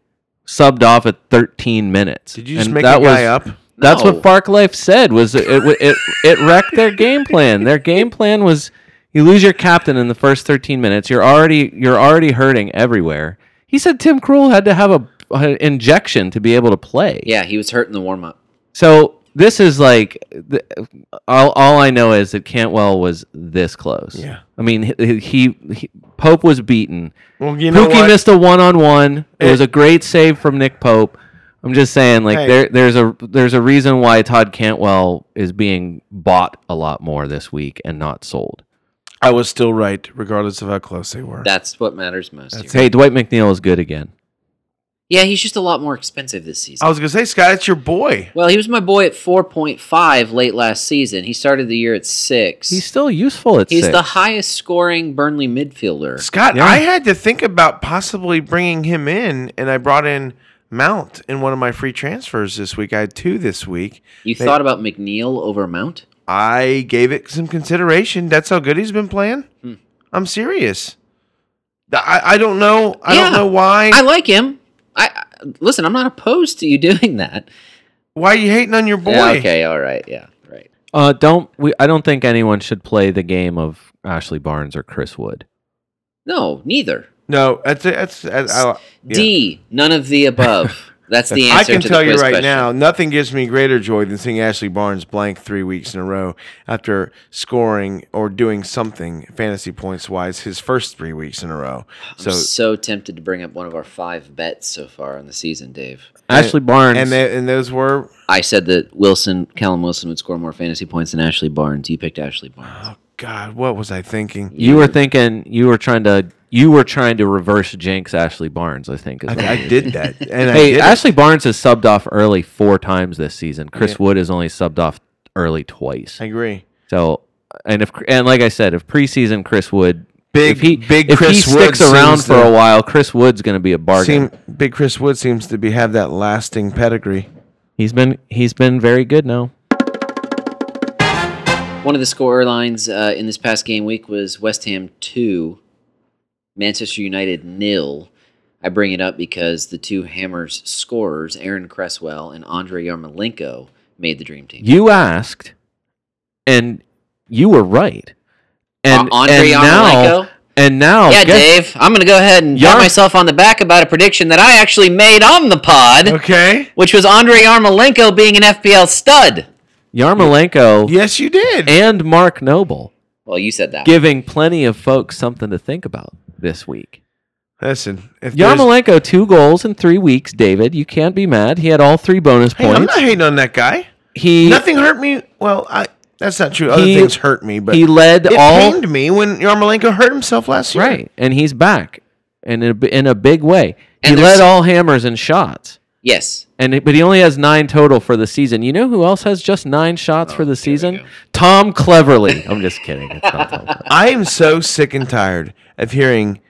D: subbed off at 13 minutes.
B: Did you just
D: And
B: make
D: that
B: that guy
D: was-
B: up?
D: That's
C: No.
D: what Park Life said. Was it, it it it wrecked their game plan? Their game plan was you lose your captain in the first 13 minutes. You're already you're already hurting everywhere. He said Tim Krul had to have a an injection to be able to play.
C: Yeah, he was hurt in the warm up.
D: So this is like th- all, all I know is that Cantwell was this close.
B: Yeah.
D: I mean, he, he, he- Pope was beaten.
B: Well, you know
D: Pookie
B: what?
D: missed a one-on-one. It, was
B: It-
D: a great save from Nick Pope. I'm just saying, like
B: Hey.
D: there, there's a there's a reason why Todd Cantwell is being bought a lot more this week and not sold.
B: I was still right, regardless of how close they were.
C: That's what matters most. here.
D: Hey, Dwight McNeil is good again.
C: Yeah, he's just a lot more expensive this season.
B: I was gonna say, Scott, it's your boy.
C: Well, he was my boy at 4.5 late last season. He started the year at 6.
D: He's still useful at
C: He's
D: six.
C: the highest scoring Burnley midfielder.
B: Scott,
D: Yeah.
B: I had to think about possibly bringing him in, and I brought in Mount in one of my free transfers this week. I had two this week.
C: You thought about McNeil over Mount?
B: I gave it some consideration. That's how good he's been playing.
C: Hmm.
B: I'm serious. Th- I, I don't know. I don't
C: Yeah.
B: know why.
C: I like him. I, I listen. I'm not opposed to you doing that.
B: why are you hating on your boy?
C: Yeah, okay. All right. Yeah. Right.
D: Uh, don't we? I don't think anyone should play the game of Ashley Barnes or Chris Wood.
C: No, neither.
B: No, that's that's. I, I, yeah.
C: D. None of the above. That's the
B: I
C: answer
B: can
C: to
B: tell
C: the
B: you
C: quiz
B: right
C: question.
B: now, nothing gives me greater joy than seeing Ashley Barnes blank three weeks in a row after scoring or doing something fantasy points wise his first three weeks in a row. So
C: I'm so tempted to bring up one of our five bets so far on the season, Dave.
D: Ashley Barnes.
B: and they, and those were
C: I said that Wilson, Callum Wilson, would score more fantasy points than Ashley Barnes. You picked Ashley Barnes.
B: God, what was I thinking?
D: you were thinking you were trying to you were trying to reverse jinx Ashley Barnes. I think. Is
B: I,
D: what
B: I
D: you-
B: did that, and I
D: Hey,
B: did it.
D: Ashley Barnes has subbed off early four times this season. Chris Wood has only subbed off early twice.
B: I agree.
D: So, and if and like I said, if preseason Chris Wood
B: Big-
D: if he,
B: big
D: if he
B: Chris Wood
D: sticks around
B: seems
D: for
B: to-
D: a while, Chris Wood's going to be a bargain.
B: Seem, Big Chris Wood seems to be have that lasting pedigree.
D: he's been he's been very good now.
B: Oh.
C: One of the score lines uh, in this past game week was West Ham 2, Manchester United nil. I bring it up because the two Hammers scorers, Aaron Cresswell and Andre Yarmolenko, made the dream team.
D: You asked, and you were right. And
C: Uh, Andre
D: and now
C: Yarmolenko?
D: and now
C: yeah,
D: guess-
C: Dave, I'm going to go ahead and pat
D: Yar-
C: myself on the back about a prediction that I actually made on the pod,
B: Okay.
C: which was Andre Yarmolenko being an FPL stud.
D: Yarmolenko
B: Yes, you did.
D: and Mark Noble
C: Well, you said that.
D: giving plenty of folks something to think about this week.
B: Listen, if there's-
D: Yarmolenko two goals in three weeks. David, you can't be mad. He had all three bonus
B: hey, I'm
D: points.
B: not hating on that guy.
D: he
B: Nothing hurt me. Well, I that's not true. Other
D: He-
B: things hurt me, but
D: he led
B: it
D: all
B: pained me when Yarmolenko hurt himself last year.
D: Right, and he's back, and in a, in a big way.
C: And
D: he
C: there's-
D: led all hammers and shots,
C: yes.
D: and it- but he only has nine total for the season. You know who else has just nine
B: Oh,
D: shots for the season? Tom Cleverly. I'm just kidding. It's not Tom Cleverly.
B: I am so sick and tired of hearing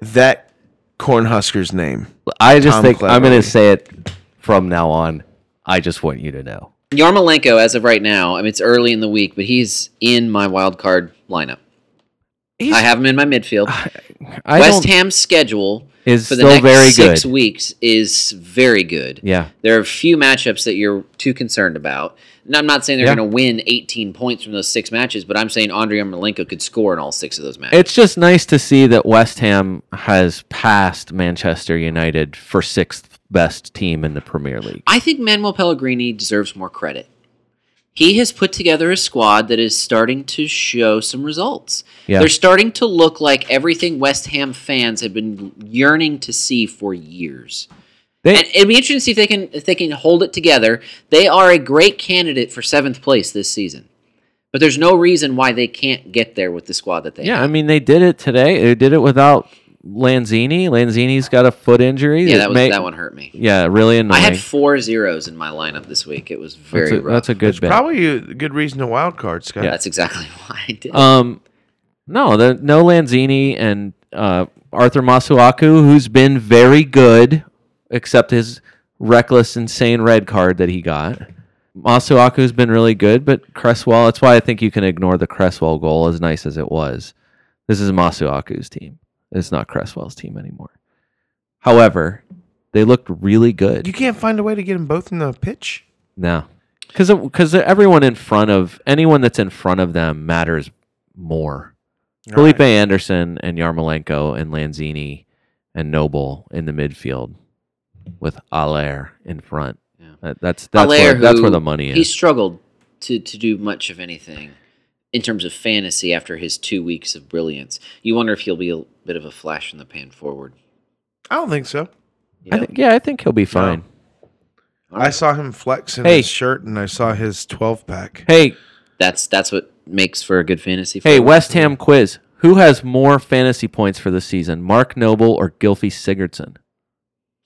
B: that Cornhusker's name.
D: I just
B: Tom
D: think I'm
B: Cleverly.
D: going to say it from now on. I just want you to know.
C: Yarmolenko, as of right now, I mean, it's early in the week, but he's in my wild card lineup.
D: He's-
C: I have him in my midfield.
D: I
C: West
D: don't-
C: Ham's schedule
D: Is
C: for the
D: still
C: next
D: very
C: six
D: good.
C: weeks is very good.
D: Yeah.
C: There are a few matchups that you're too concerned about. And I'm not saying they're
D: Yeah.
C: going to win 18 points from those six matches, but I'm saying Andre Yarmolenko could score in all six of those matches.
D: It's just nice to see that West Ham has passed Manchester United for sixth best team in the Premier League.
C: I think Manuel Pellegrini deserves more credit. He has put together a squad that is starting to show some results.
D: Yeah.
C: They're starting to look like everything West Ham fans have been yearning to see for years.
D: They-
C: and it'd be interesting to see if they can if they can hold it together. They are a great candidate for seventh place this season. But there's no reason why they can't get there with the squad that they have.
D: Yeah, I mean they did it today. They did it without Lanzini. Lanzini's got a foot injury.
C: Yeah,
D: It
C: that was
D: may-
C: that one hurt me.
D: Yeah, really annoying.
C: I had four zeros in my lineup this week. It was very
D: that's, a,
C: rough.
D: that's a good bet.
B: Probably a good reason to wild card, Scott.
C: That's exactly why I did.
D: um, no, the, no Lanzini and uh, Arthur Masuaku, who's been very good, except his reckless, insane red card that he got. Masuaku's been really good, but Cresswell. That's why I think you can ignore the Cresswell goal, as nice as it was. This is Masuaku's team. It's not Cresswell's team anymore. However, they looked really good.
B: You can't find a way to get them both in the pitch.
D: No, because because everyone in front of anyone that's in front of them matters more. Felipe Anderson and Yarmolenko and Lanzini and Noble in the midfield with Allaire in front.
C: Yeah.
D: That- that's that's
C: Allaire,
D: where, that's where
C: who-
D: the money
C: He
D: is.
C: struggled to, to do much of anything in terms of fantasy after his two weeks of brilliance. You wonder if he'll be a bit of a flash in the pan forward.
B: I don't think so.
D: I think, yeah, I think he'll be fine.
B: I saw him flex in
D: Hey.
B: his shirt, and I saw his twelve pack.
D: Hey,
C: That's that's what makes for a good fantasy.
D: hey,
C: forward.
D: West Ham quiz. Who has more fantasy points for the season, Mark Noble or Gilfy Sigurdsson?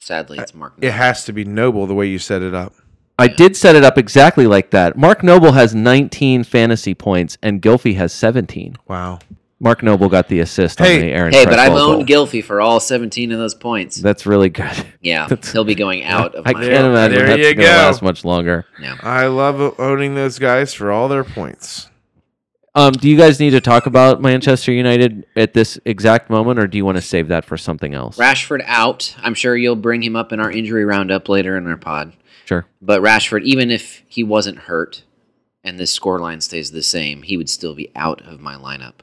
C: Sadly, it's Mark.
B: It has to be noble the way you set it up.
D: I did set it up exactly like that. Mark Noble has 19 fantasy points and Gilfy has 17.
B: Wow.
D: Mark Noble got the assist
B: Hey.
D: on the Aaron.
C: hey, but I've
D: Cresswell
C: owned
D: goal.
C: Gilfy for all 17 of those points.
D: That's really good.
C: yeah, he'll be going out of
D: I
C: my.
D: can't imagine
B: There
D: that's
B: you
D: going to
B: go.
D: last much longer.
B: I love owning those guys for all their points.
D: Um, do you guys need to talk about Manchester United at this exact moment, or do you want to save that for something else?
C: Rashford out. I'm sure you'll bring him up in our injury roundup later in our pod.
D: Sure.
C: But Rashford, even if he wasn't hurt and this scoreline stays the same, he would still be out of my lineup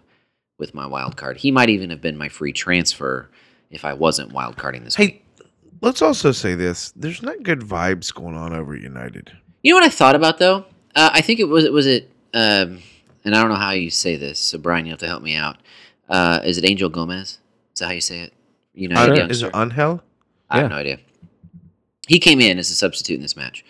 C: with my wild card. He might even have been my free transfer if I wasn't wild carding this week.
B: Hey, Let's also say this: there's not good vibes going on over at United.
C: You know what I thought about though? Uh, I think it was was it, um, and I don't know how you say this, so Brian, you have to help me out. Uh, is it Angel Gomez? Is that how you say it? You know,
B: Un-
C: youngster.
B: Uh, is it Angel?
C: I
D: Yeah.
C: have no idea. He came in as a substitute in this match,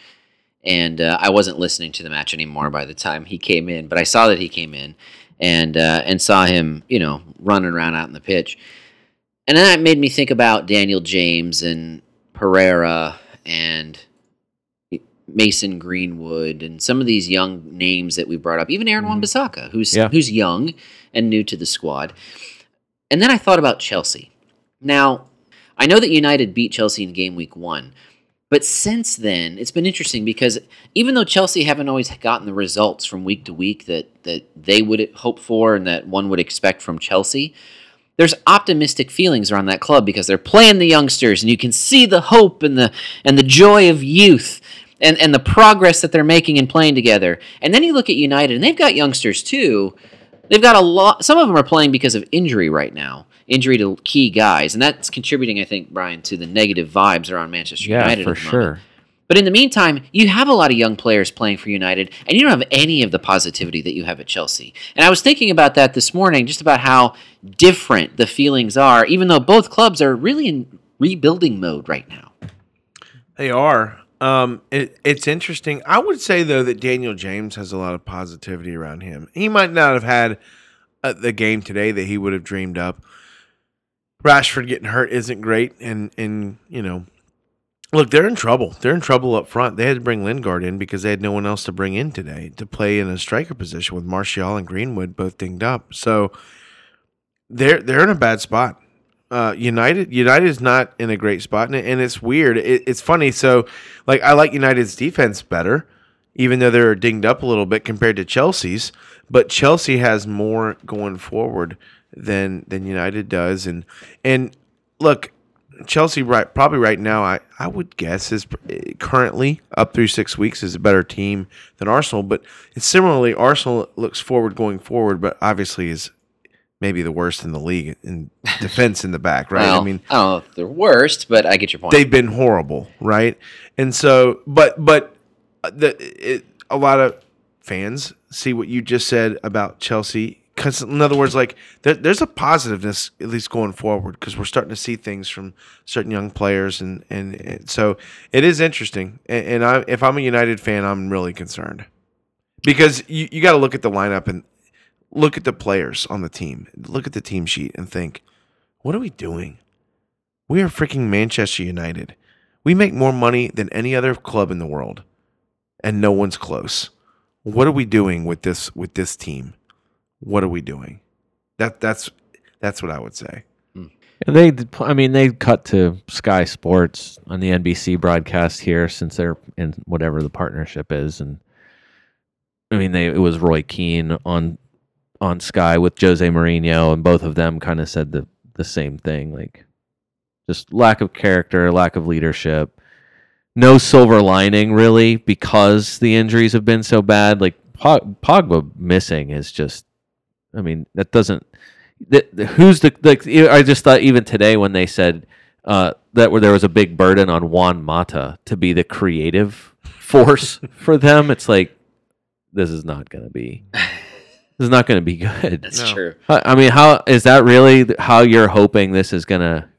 C: and uh, I wasn't listening to the match anymore by the time he came in. But I saw that he came in, and uh, and saw him, you know, running around out in the pitch, and then that made me think about Daniel James and Pereira and Mason Greenwood and some of these young names that we brought up, even Aaron Wan Bissaka, who's
D: Mm-hmm. Yeah.
C: who's young and new to the squad. And then I thought about Chelsea. Now, I know that United beat Chelsea in game week one, but since then, it's been interesting because even though Chelsea haven't always gotten the results from week to week that, that they would hope for and that one would expect from Chelsea, there's optimistic feelings around that club because they're playing the youngsters and you can see the hope and the and the joy of youth and, and the progress that they're making in playing together. And then you look at United and they've got youngsters too. They've got a lot some of them are playing because of injury right now. Injury to key guys, and that's contributing, I think, Brian, to the negative vibes around Manchester
D: Yeah,
C: United.
D: for
C: at the
D: sure.
C: moment. But in the meantime, you have a lot of young players playing for United, and you don't have any of the positivity that you have at Chelsea. And I was thinking about that this morning, just about how different the feelings are, even though both clubs are really in rebuilding mode right now.
B: They are. Um, it, it's interesting. I would say though that Daniel James has a lot of positivity around him. He might not have had uh, the game today that he would have dreamed up. Rashford getting hurt isn't great, and and you know, look, they're in trouble. They're in trouble up front. They had to bring Lingard in because they had no one else to bring in today to play in a striker position with Martial and Greenwood both dinged up. So they're they're in a bad spot. Uh, United United is not in a great spot, and, and it's weird. It, it's funny. So, like, I like United's defense better, even though they're dinged up a little bit compared to Chelsea's. But Chelsea has more going forward than than United does, and and look, Chelsea right probably right now I, I would guess is pr- eh, currently up through six weeks is a better team than Arsenal, but it's similarly Arsenal looks forward going forward, but obviously is maybe the worst in the league in defense in the back, right?
C: Well,
B: I mean
C: I don't know if they're worst, but I get your point.
B: they've been horrible, right? And so, but but uh, the it, a lot of fans see what you just said about Chelsea. 'Cause in other words, like there, there's a positiveness at least going forward because we're starting to see things from certain young players, and and, and so it is interesting. And, and I, if I'm a United fan, I'm really concerned because you, you got to look at the lineup and look at the players on the team, look at the team sheet, and think, what are we doing? We are freaking Manchester United. We make more money than any other club in the world, and no one's close. What are we doing with this with this team? What are we doing? That that's that's what I would say.
D: And They, d- pl- I mean, they cut to Sky Sports on the NBC broadcast here since they're in whatever the partnership is, and I mean, they it was Roy Keane on on Sky with Jose Mourinho, and both of them kind of said the the same thing, like just lack of character, lack of leadership, no silver lining really because the injuries have been so bad. Like Pog- Pogba missing is just, I mean, that doesn't the, the- who's the like e- I just thought even today when they said uh, that where there was a big burden on Juan Mata to be the creative force for them, it's like this is not going to be this is not going to be good.
C: That's true.
D: I I mean, how is that really th- how you're hoping this is going to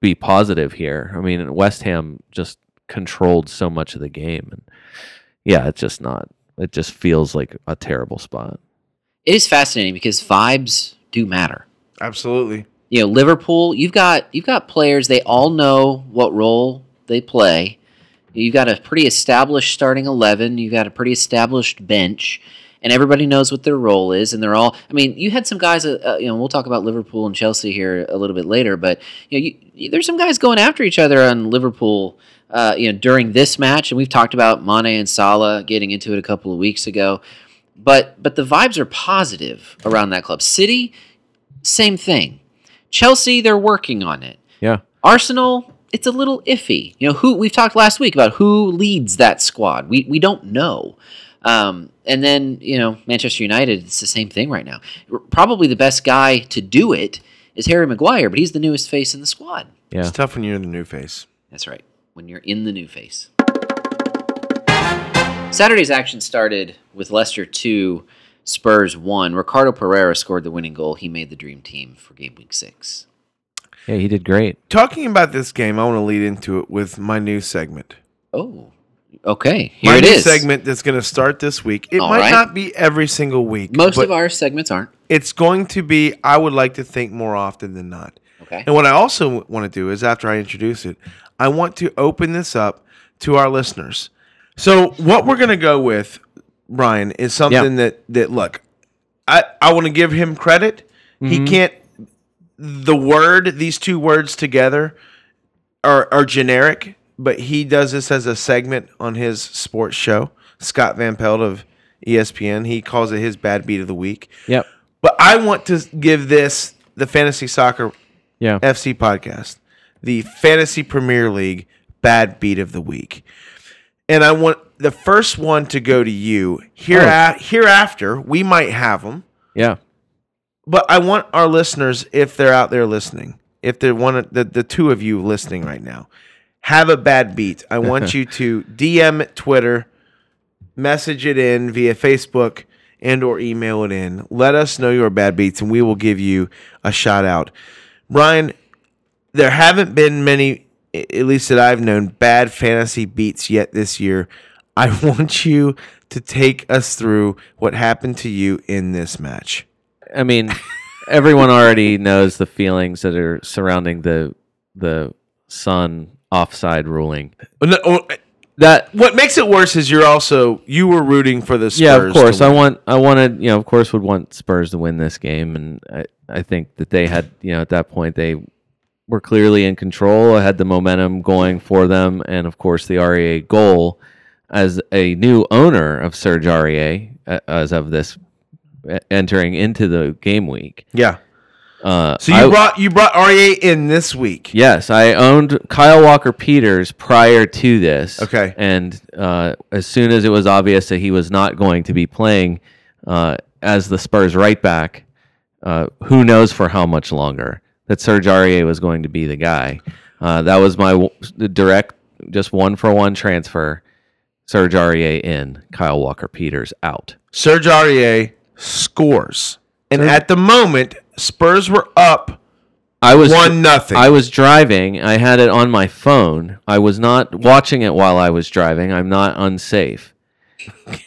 D: be positive here? I mean, West Ham just controlled so much of the game, and yeah, it's just not. It just feels like a terrible spot.
C: It is fascinating because vibes do matter.
B: Absolutely.
C: you know Liverpool. You've got you've got players. They all know what role they play. You've got a pretty established starting eleven. You've got a pretty established bench, and everybody knows what their role is. And they're all. I mean, you had some guys. Uh, uh, you know, we'll talk about Liverpool and Chelsea here a little bit later. But you know, you, you, there's some guys going after each other on Liverpool. Uh, you know, during this match, and we've talked about Mane and Salah getting into it a couple of weeks ago. But but the vibes are positive around that club. City, same thing. Chelsea, they're working on it.
D: Yeah,
C: Arsenal, it's a little iffy. You know, who we've talked last week about who leads that squad. We we don't know. Um, and then you know Manchester United, it's the same thing right now. R- Probably the best guy to do it is Harry Maguire, but he's the newest face in the squad.
D: yeah.
B: It's tough when you're in the new face.
C: That's right. When you're in the new face. Saturday's action started with Leicester 2, Spurs 1. Ricardo Pereira scored the winning goal. He made the dream team for game week 6.
D: Yeah, he did great.
B: Talking about this game, I want to lead into it with my new segment.
C: Oh, okay. Here
B: my
C: it
B: new
C: is.
B: segment that's going to start this week. It
C: All
B: might
C: right.
B: not be every single week.
C: Most
B: but
C: of our segments aren't.
B: it's going to be, I would like to think, more often than not.
C: Okay.
B: And what I also want to do is, after I introduce it, I want to open this up to our listeners. So, what we're going to go with, Brian, is something that that look, I I want to give him credit. He can't. The word, these two words together, are are generic, but he does this as a segment on his sports show. Scott Van Pelt of E ESPN, he calls it his bad beat of the week.
D: Yep.
B: But I want to give this the fantasy soccer
D: Yeah.
B: FC podcast, the Fantasy Premier League bad beat of the week. And I want the first one to go to you. Here hereafter, we might have them,
D: Yeah.
B: but I want our listeners, if they're out there listening, if they're one of the, the two of you listening right now, have a bad beat. I want you to DM it Twitter, message it in via Facebook and or email it in. Let us know your bad beats and we will give you a shout out. Ryan, there haven't been many, i- at least that I've known, bad fantasy beats yet this year. I want you to take us through what happened to you in this match.
D: I mean, everyone already knows the feelings that are surrounding the the Sun offside ruling.
B: No, oh,
D: That
B: what makes it worse is you're also you were rooting for the Spurs.
D: yeah, of course.
B: to
D: I
B: win.
D: want I wanted you know of course would want Spurs to win this game, and I I think that they had you know at that point they were clearly in control. I had the momentum going for them, and of course the REA goal as a new owner of Serge REA uh, as of this uh, entering into the game week.
B: yeah.
D: Uh,
B: So you
D: I-
B: brought you brought REA in this week.
D: Yes, I owned Kyle Walker Peters prior to this.
B: Okay.
D: And uh, as soon as it was obvious that he was not going to be playing uh, as the Spurs right back, uh, who knows for how much longer, that Serge Aurier was going to be the guy. Uh, that was my w- direct, just one for one transfer. Serge Aurier in, Kyle Walker Peters out.
B: Serge REA scores. And at the moment, Spurs were up
D: I was
B: one nothing.
D: I was driving. I had it on my phone. I was not watching it while I was driving. I'm not unsafe.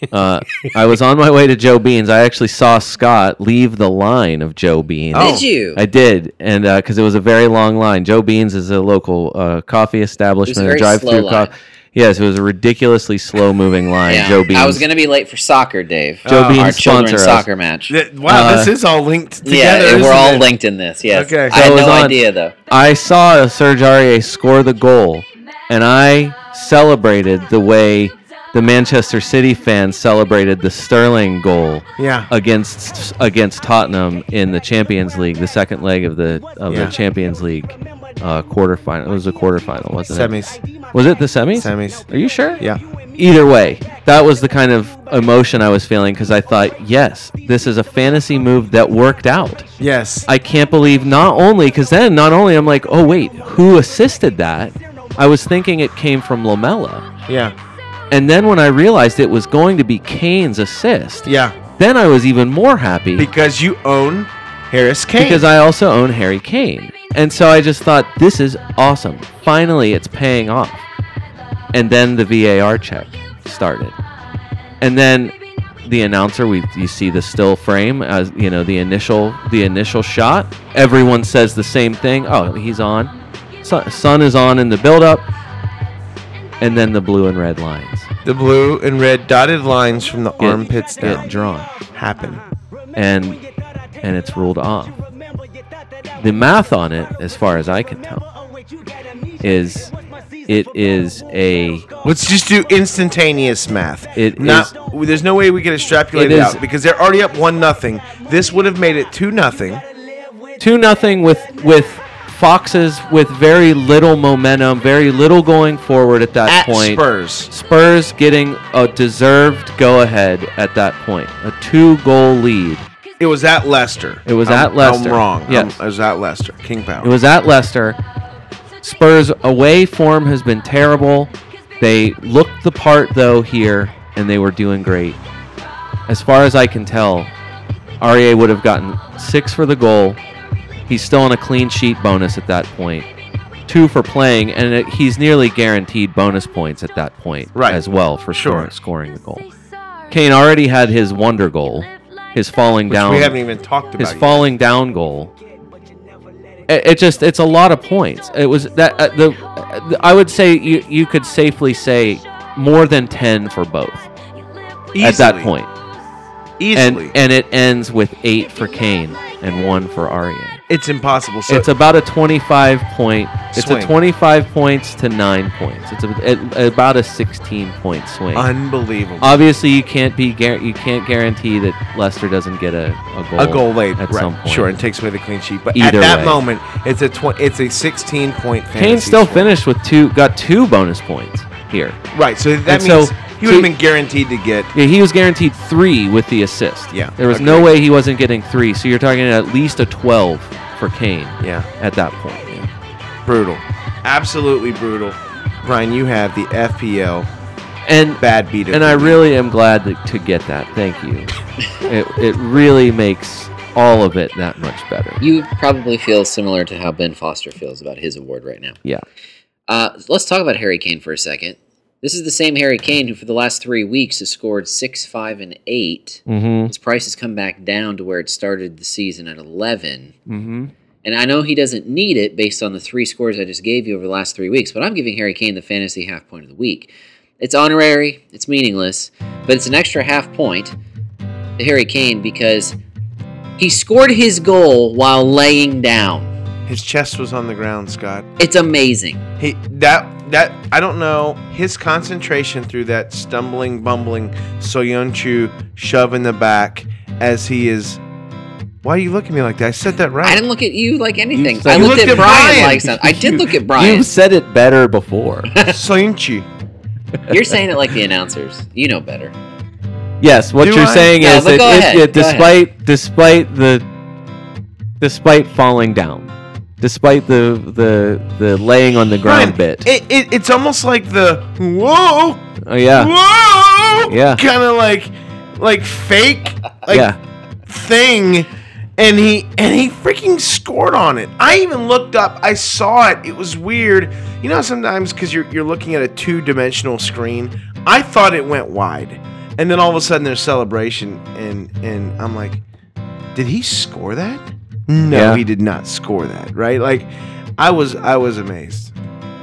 D: Uh, I was on my way to Joe Beans. I actually saw Scott leave the line of Joe Beans.
B: Oh.
C: Did you?
D: I did, and because it was a very long line. Joe Beans is a local uh, coffee establishment,
C: very
D: drive-through
C: slow line.
D: coffee. Yes, it was a ridiculously slow-moving line.
C: Yeah.
D: Joe Beans.
C: I was going to be late for soccer, Dave.
D: Joe Beans
C: Our
D: sponsor
C: children's
D: us.
C: soccer match.
B: That- wow,
D: uh,
B: this is all linked together.
C: yeah,
B: isn't
C: we're all
B: it?
C: linked in this. Yes.
B: Okay.
C: I
D: So it
C: had
D: was
C: no
D: on-
C: idea, though.
D: I saw Serge Aurier score the goal, and I celebrated the way the Manchester City fans celebrated the Sterling goal
B: Yeah.
D: against against Tottenham in the Champions League, the second leg of the of
B: Yeah.
D: the Champions League uh, quarterfinal. It was a quarterfinal, wasn't
B: Semis.
D: it? Was it the semis?
B: Semis.
D: Are you sure?
B: Yeah.
D: Either way, that was the kind of emotion I was feeling because I thought, yes, this is a fantasy move that worked out.
B: Yes.
D: I can't believe not only because then not only I'm like, oh wait, who assisted that? I was thinking it came from Lamella,
B: yeah.
D: and then when I realized it was going to be Kane's assist,
B: Yeah.
D: then I was even more happy
B: Because you own Harris Kane.
D: because I also own Harry Kane, and so I just thought this is awesome. Finally, it's paying off. And then the VAR check started, and then the announcer we you see the still frame as you know the initial the initial shot. Everyone says the same thing. Oh, he's on. Sun, sun is on in the build up, and then the blue and red lines
B: the blue and red dotted lines from the
D: get-
B: armpits down
D: get drawn
B: happen.
D: and and it's ruled off. The math on it, as far as I can tell, is it is a
B: Let's just do instantaneous math.
D: It
B: not there's no way we can extrapolate it,
D: It is-
B: out because they're already up one nothing. This would have made it two nothing.
D: two nothing with with foxes with very little momentum, very little going forward at that
B: at
D: point.
B: Spurs.
D: Spurs getting a deserved go ahead at that point, a two goal lead.
B: It was at Leicester.
D: It was
B: I'm-
D: at Leicester.
B: I'm wrong. I'm-
D: Yes.
B: it was at Leicester. King Power.
D: It was at Leicester. Spurs away form has been terrible. They looked the part though here, and they were doing great. As far as I can tell, Aria would have gotten six for the goal. He's still on a clean sheet bonus at that point. Two for playing, and it, he's nearly guaranteed bonus points at that point
B: Right.
D: as well for
B: Sure.
D: score, scoring the goal. Kane already had his wonder goal, his falling
B: Which
D: down
B: we haven't even talked about.
D: his
B: yet.
D: falling down goal. It, it just it's a lot of points. It was that uh, the uh, I would say you you could safely say more than 10 for both at that
B: Easily.
D: point. And
B: Easily.
D: and it ends with 8 for Kane and 1 for Aria.
B: it's impossible. So
D: it's about a 25 point it's
B: Swing.
D: a 25 points to 9 points. It's a, it, about a 16 point swing.
B: unbelievable.
D: Obviously, you can't be guar- you can't guarantee that Leicester doesn't get a, a goal
B: a goal late,
D: at
B: right,
D: some point.
B: Sure, and takes away the clean sheet. But
D: Either
B: at that
D: way.
B: moment, it's a tw- it's a 16 point.
D: Kane
B: fantasy
D: still
B: score.
D: finished with two, got two bonus points here.
B: Right, so that
D: And
B: means
D: so-
B: he would have
D: so-
B: been guaranteed to get.
D: Yeah, he was guaranteed three with the assist.
B: Yeah,
D: there was no way he wasn't getting three. So you're talking at least a 12 for Kane
B: Yeah,
D: at that point.
B: brutal, absolutely brutal. Brian, you have the FPL
D: And
B: bad beat. of
D: and I
B: the
D: really am glad that, to get that. Thank you. it it really makes all of it that much better.
C: You probably feel similar to how Ben Foster feels about his award right now.
D: Yeah.
C: Uh, let's talk about Harry Kane for a second. This is the same Harry Kane who, for the last three weeks, has scored six, five, and eight.
D: Mm-hmm.
C: His price has come back down to where it started the season at 11.
D: Mm-hmm.
C: And I know he doesn't need it based on the three scores I just gave you over the last three weeks, but I'm giving Harry Kane the fantasy half point of the week. It's honorary, it's meaningless, but it's an extra half point to Harry Kane because he scored his goal while laying down.
B: game. his chest was on the ground, Scott.
C: It's amazing.
B: He that that I don't know his concentration through that stumbling, bumbling Soyeon Chu shove in the back as he is. Why are you looking at me like that? I said that right.
C: I didn't look at you like anything.
D: said-
C: I
D: You
C: looked,
B: looked
C: at,
B: at
C: Brian,
B: Brian.
C: like something. I did
B: You-
C: look at Brian.
D: You've said it better before.
B: Soyeon Chu.
C: You're saying it like the announcers. You know better.
D: Yes, what
B: Do
D: you're
B: I?
D: saying
C: Yeah,
D: is
C: but
D: that
C: go
D: it-
C: ahead,
D: it-
C: go ahead.
D: despite despite the despite falling down, despite the the the laying on the ground
B: Brian,
D: bit.
B: It, it, it's almost like the whoa,
D: oh yeah,
B: whoa,
D: Yeah.
B: kind of like like fake like
D: yeah.
B: thing, and he and he freaking scored on it. I even looked up. I saw it. It was weird. You know, sometimes because you're you're looking at a two dimensional screen. I thought it went wide, and then all of a sudden there's celebration, and and I'm like, did he score that? No,
D: Yeah.
B: he did not score that. Right? Like, I was I was amazed.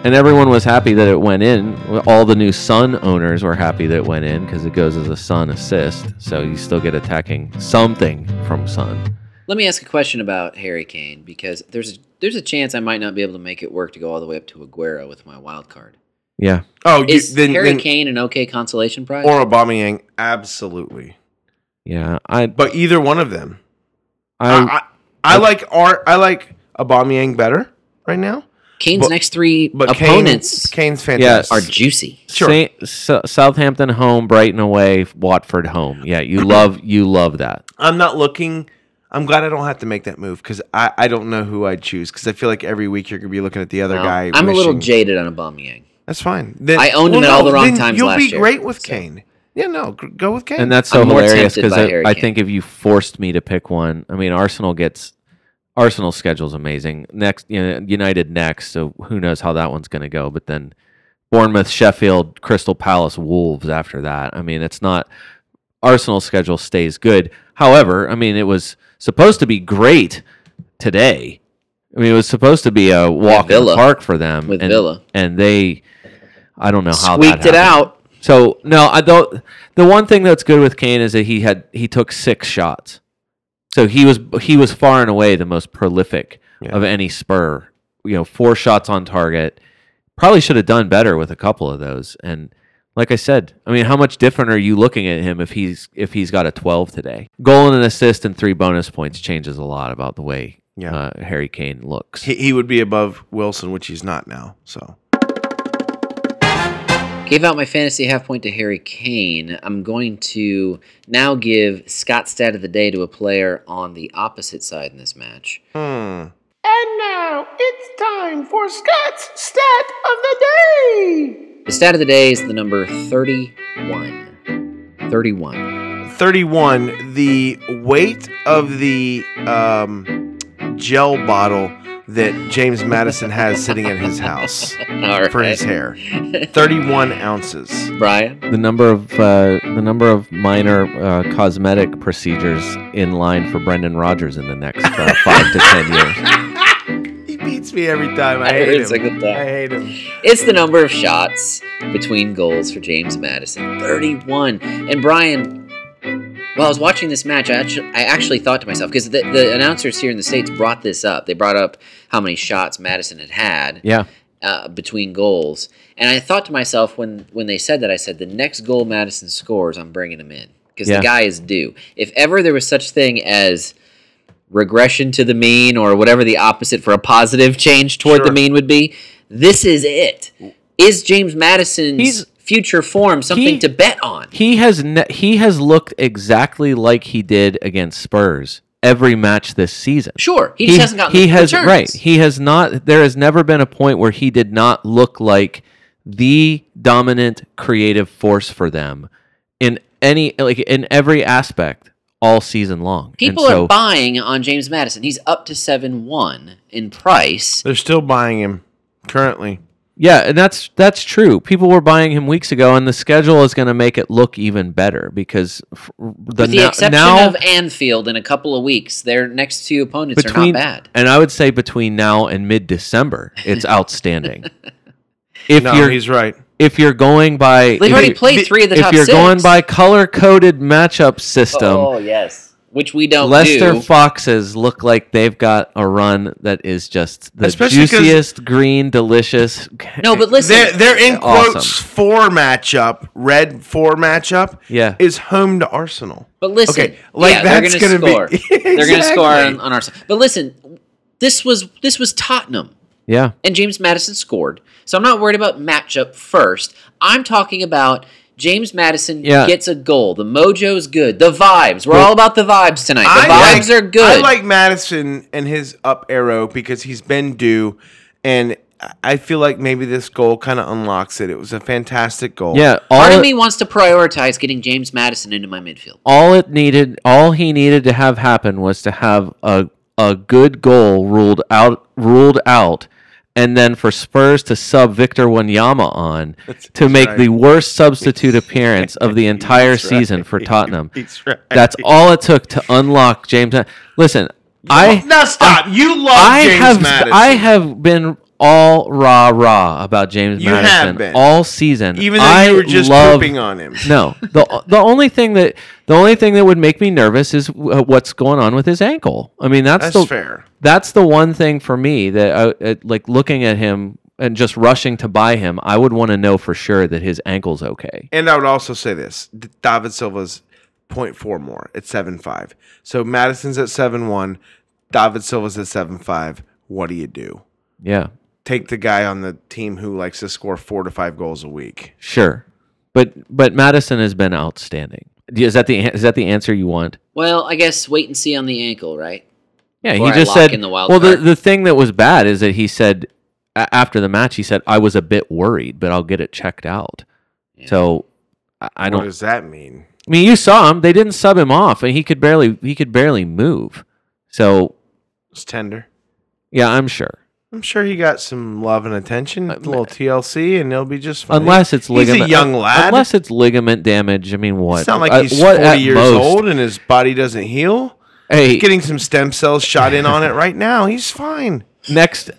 D: And everyone was happy that it went in. All the new Sun owners were happy that it went in because it goes as a Sun assist, so you still get attacking something from Sun.
C: Let me ask a question about Harry Kane because there's a, there's a chance I might not be able to make it work to go all the way up to Aguero with my wild card.
D: Yeah,
B: Oh, you,
C: Is
B: then,
C: Harry
B: then
C: Kane an okay consolation prize?
B: or Aubameyang, absolutely.
D: yeah. I
B: But either one of them,
C: Oh.
B: I
D: I
B: I, I like our I like Aubameyang better right now.
C: Kane's
B: but-
C: next three
B: But Kane-
C: opponents
B: Kane's fantastic.
C: are juicy.
B: sure.
D: Saint, S- Southampton home, Brighton away, Watford home. Yeah, you love you love that.
B: I'm not looking. I'm glad I don't have to make that move because I, I don't know who I'd choose because I feel like every week you're gonna be looking at the other
C: Well,
B: guy.
C: I'm a little
B: wishing-
C: jaded on Aubameyang.
B: That's fine. Then,
C: I owned him at all the wrong
B: then
C: times
B: You'll
C: last
B: be
C: year,
B: great with
C: so.
B: Kane. Yeah, no, g- go with Kane.
D: And that's so
C: I'm more
D: hilarious
C: tempted
D: because
C: by Harry
D: I, I
C: Kane.
D: think if you forced me to pick one, I mean, Arsenal gets Arsenal schedule's amazing. Next, you know, United next, so who knows how that one's going to go? But then Bournemouth, Sheffield, Crystal Palace, Wolves after that. I mean, it's not Arsenal schedule stays good. However, I mean, it was supposed to be great today. I mean, it was supposed to be a walk in
C: Villa.
D: the park for them
C: With
D: and,
C: Villa.
D: and they. I don't know how that
C: Squeaked it
D: happened.
C: out.
D: So no, I don't. The one thing that's good with Kane is that he had he took six shots, so he was he was far and away the most prolific
B: Yeah.
D: of any Spur. You know, four shots on target. Probably should have done better with a couple of those. And like I said, I mean, how much different are you looking at him if he's if he's got a twelve today? Goal and an assist and three bonus points changes a lot about the way
B: Yeah.
D: uh, Harry Kane looks.
B: he, he would be above Wilson, which he's not now. So
C: Gave out my fantasy half point to Harry Kane. I'm going to now give Scott Stat of the Day to a player on the opposite side in this match.
B: hmm.
E: And now, It's time for Scott's stat of the day.
C: The stat of the day is the number 31. 31.
B: 31 the weight of the um, gel bottle that james madison has sitting in his house
C: All right.
B: for his hair 31 ounces
C: Brian?
D: The number of uh, the number of minor uh, cosmetic procedures in line for Brendan Rogers in the next uh, five to ten years.
B: he beats me every time i
C: Every
B: hate him
C: single time.
B: i hate him
C: It's the number of shots between goals for James Madison 31. And Brian, while I was watching this match, I actually, I actually thought to myself, because the, the announcers here in the States brought this up. They brought up how many shots Madison had had
D: Yeah,
C: uh, between goals. And I thought to myself when, when they said that, I said, the next goal Madison scores, I'm bringing him in. Because
D: Yeah.
C: the guy is due. If ever there was such thing as regression to the mean or whatever the opposite for a positive change toward the
B: Sure.
C: mean would be, this is it. Is James Madison's
D: He's-
C: future form something
D: he-
C: to bet on?
D: he has ne- he has looked exactly like he did against Spurs every match this season.
C: Sure. He just hasn't gotten
D: he
C: the
D: has
C: returns.
D: right he has not there has never been a point where he did not look like the dominant creative force for them in any like in every aspect all season long And
C: People
D: so-
C: are buying on James Madison. He's up to 7 1 in price.
B: they're still buying him currently
D: yeah and that's that's true people were buying him weeks ago and the schedule is going to make it look even better because f- the,
C: With the
D: now-
C: exception
D: now,
C: of Anfield in a couple of weeks, their next two opponents
D: between
C: are not bad.
D: and i would say between now and mid-december it's outstanding if
B: no
D: you're
B: he's right
D: if you're going by
C: They've
D: if
C: already
D: you-
C: played three of the
D: if
C: top
D: you're
C: six.
D: going by color coded matchup system,
C: oh yes, which we don't
D: Lester
C: do.
D: Foxes look like they've got a run that is just the
B: Especially 'cause-
D: juiciest, green, delicious.
C: no, but listen,
B: they're, they're in
D: Awesome.
B: quotes four matchup red four matchup
D: Yeah.
B: is home to arsenal
C: but listen,
B: okay, like,
C: yeah,
B: that's
C: they're gonna,
B: gonna
C: score.
B: be-
C: They're going to score on,
B: Exactly.
C: on our. But listen, this was this was Tottenham,
D: yeah,
C: and James Madison scored. So I'm not worried about matchup first. I'm talking about. James Madison
D: Yeah.
C: gets a goal. The mojo's good. The vibes. We're all about the vibes tonight. The
B: I
C: vibes
B: like-
C: are good.
B: I like Madison and his up arrow because he's been due, and I feel like maybe this goal kind of unlocks it. It was a fantastic goal.
D: yeah.
C: Part
D: All
C: of
D: it,
C: me wants to prioritize getting James Madison into my midfield.
D: all it needed, all he needed to have happen was to have a a good goal ruled out, ruled out, and then for Spurs to sub Victor Wanyama on to make the worst substitute appearance of the entire season for Tottenham.
B: He's right.
D: That's all it took to unlock James. Ma- Listen, I
B: Oh, now stop. you love
D: I
B: James
D: have
B: Madison.
D: I have been all rah rah about James
B: You have
D: Madison
B: been.
D: all season.
B: even though
D: I
B: you were just
D: love,
B: pooping on him.
D: No, the the only thing that the only thing that would make me nervous is uh, what's going on with his ankle. I mean, that's,
B: That's
D: the
B: fair.
D: that's the one thing for me that I, uh, like looking at him and just rushing to buy him. I would want to know for sure that his ankle's okay.
B: And I would also say this: D- David Silva's 0.4 more at seven five. So Madison's at seven one. David Silva's at seven five. What do you do?
D: Yeah,
B: Take the guy on the team who likes to score four to five goals a week.
D: sure, but but Madison has been outstanding. Is that the an- is that the answer you want?
C: Well, I guess wait and see on the ankle, right?
D: Yeah,
C: Or
D: he
C: I
D: just
C: lock
D: said.
C: in the wild
D: well, the,
C: card.
D: the thing that was bad is that he said a- after the match, he said, "I was a bit worried, but I'll get it checked out." So I, I
B: What
D: don't.
B: does that mean?
D: I mean, you saw him; they didn't sub him off, and he could barely he could barely move. So
B: It's tender.
D: yeah, I'm sure.
B: I'm sure he got some love and attention, a little TLC, and he'll be just fine.
D: Uh, Unless it's ligament, uh,
B: he's a young lad.
D: Unless it's ligament damage. I mean, what?
B: it's not like
D: I-
B: he's
D: what
B: 40
D: at
B: years
D: most-
B: old and his body doesn't heal.
D: Hey,
B: He's getting some stem cells shot in on it right now. He's fine.
D: next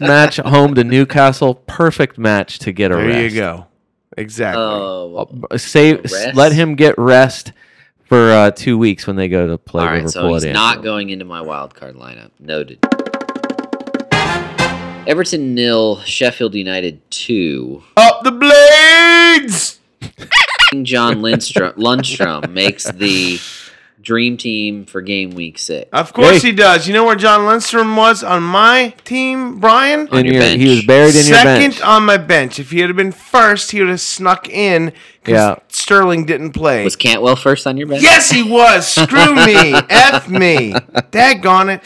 D: match home to Newcastle, perfect match to get a
B: There
D: rest.
B: you go. Exactly.
C: Oh, well,
D: Uh, save s-
C: Rest?
D: let him get rest for uh, two weeks when they go to play
C: all right.
D: Liverpool
C: So he's
D: at
C: not
D: Anfield.
C: going into my wild card lineup. Noted. Everton nil, Sheffield United two.
B: Up the blades.
C: John Lindstrom, Lundstrom makes the dream team for game week six.
B: Of course
D: Hey.
B: he does. You know where John Lindstrom was on my team, Brian?
C: on
D: in
C: your
D: your,
C: bench.
D: he was buried in your
B: Second
D: bench.
B: on my bench. If he had been first, he would have snuck in because
D: Yeah.
B: Sterling didn't play.
C: Was Cantwell first on your bench?
B: Yes, he was. Screw me. F me. Daggone it.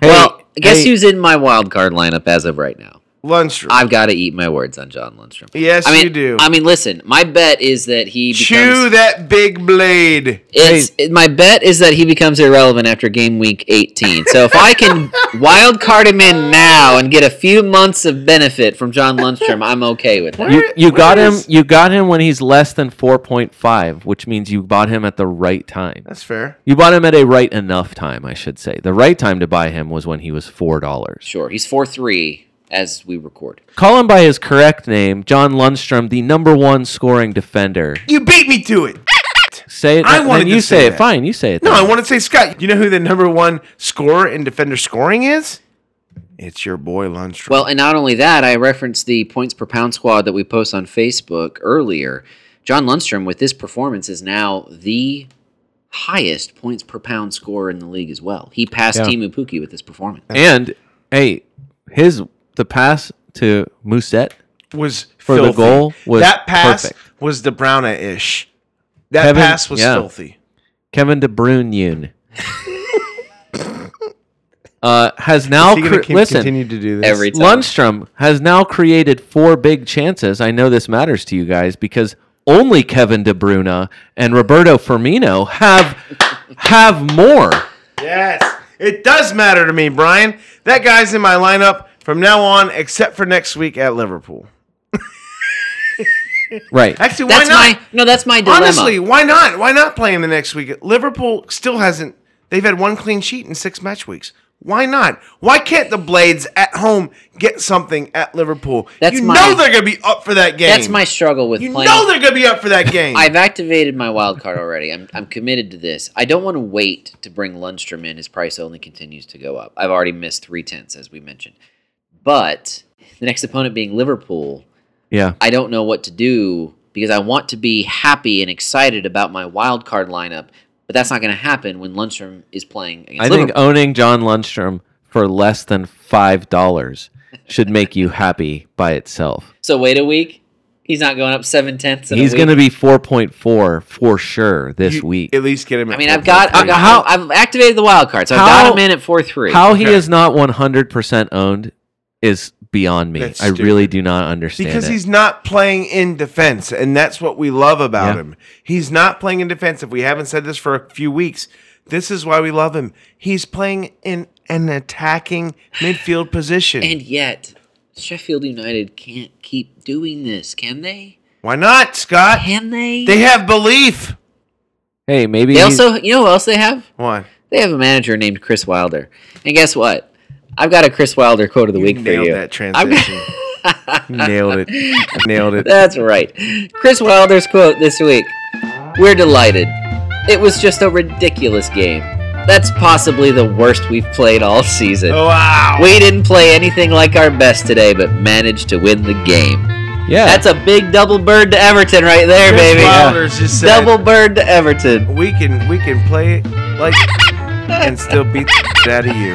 D: Hey,
C: Well, guess
B: Hey.
C: who's in my wild card lineup as of right now?
B: Lundstrom.
C: I've got to eat my words on John Lundstrom.
B: yes,
C: I mean,
B: you do.
C: I mean, listen. My bet is that he becomes.
B: Chew that big blade.
C: It's, it- my bet is that he becomes irrelevant after game week 18. So if I can wild card him in now and get a few months of benefit from John Lundstrom, I'm okay with that.
D: You, you
B: where
D: got him.
B: is-
D: You got him when he's less than four point five, which means you bought him at the right time.
B: That's fair.
D: You bought him at a right enough time, I should say. The right time to buy him was when he was four dollars.
C: Sure, he's 4 3 as we record.
D: Call him by his correct name, John Lundstrom, the number one scoring defender.
B: You beat me to it.
D: Say it.
B: I
D: then
B: wanted
D: you
B: to
D: say,
B: say
D: it.
B: that.
D: Fine, you say it.
B: No,
D: then.
B: I want to say, Scott, you know who the number one scorer in defender scoring is? It's your boy Lundstrom.
C: Well, and not only that, I referenced the points per pound squad that we post on Facebook earlier. John Lundstrom, with this performance, is now the highest points per pound scorer in the league as well. He passed
D: Yeah.
C: Timu Puki with this performance.
D: And hey, his the pass to Musette.
B: was
D: for the
B: filthy.
D: goal was
B: that pass
D: perfect.
B: was the Browna ish. That
D: Kevin-
B: pass was
D: yeah.
B: filthy.
D: Kevin De Bruyne. uh, has now
B: Is he
D: cre-
B: gonna keep-
D: listen.
B: continue to do this?
C: Every time.
D: Lundstrom has now created four big chances. I know this matters to you guys because only Kevin De Bruyne and Roberto Firmino have have more.
B: Yes, it does matter to me, Brian. That guy's in my lineup from now on, except for next week at Liverpool.
D: Right.
B: Actually, why
C: That's
B: not?
C: my no. That's my dilemma.
B: Honestly, why not? Why not play him the next week? Liverpool still hasn't. They've had one clean sheet in six match weeks. Why not? Why can't the Blades at home get something at Liverpool?
C: That's
B: you
C: my-
B: know they're going to be up for that game.
C: That's my struggle with
B: You
C: playing.
B: know they're going to be up for that game.
C: I've activated my wild card already. I'm, I'm committed to this. I don't want to wait to bring Lundstrom in. His price only continues to go up. I've already missed three tenths, as we mentioned. But the next opponent being Liverpool,
D: Yeah.
C: I don't know what to do because I want to be happy and excited about my wild card lineup, but that's not going to happen when Lundstrom is playing against
D: I think
C: Liverpool.
D: owning John Lundstrom for less than five dollars should make you happy by itself.
C: so wait a week. He's not going up seven tenths. In
D: He's
C: going
D: going to be four point four for sure this
B: You-
D: week.
B: At least get him.
C: I
B: at
C: mean, I've
B: 4.3.
C: got, I've, got
D: How-
C: I've activated the wild card, so I've
D: How-
C: got him in at four three.
D: How he is not 100% owned is beyond me.
B: That's
D: I really do not understand
B: because
D: it.
B: he's not playing in defense, and that's what we love about
D: Yeah.
B: him. He's not playing in defense. If we haven't said this for a few weeks, this is why we love him. He's playing in an attacking midfield position.
C: And yet, Sheffield United can't keep doing this, can they?
B: why not, Scott?
C: Can they?
B: They have belief.
D: hey, maybe
C: They
D: he-
C: also, you know what else they have?
B: Why?
C: They have a manager named Chris Wilder. And guess what? I've got a Chris Wilder quote of the week for
B: nailed
C: you.
B: that
C: I've
B: transition.
C: got-
B: nailed it. Nailed it.
C: That's right. Chris Wilder's quote this week We're delighted. It was just a ridiculous game. That's possibly the worst we've played all season.
B: Oh. Wow.
C: We didn't play anything like our best today, but managed to win the game.
D: yeah.
C: That's a big double bird to Everton right there,
B: Chris
C: baby.
B: Wilder's just said,
C: Double bird to Everton.
B: We can we can play it like and still beat that of you.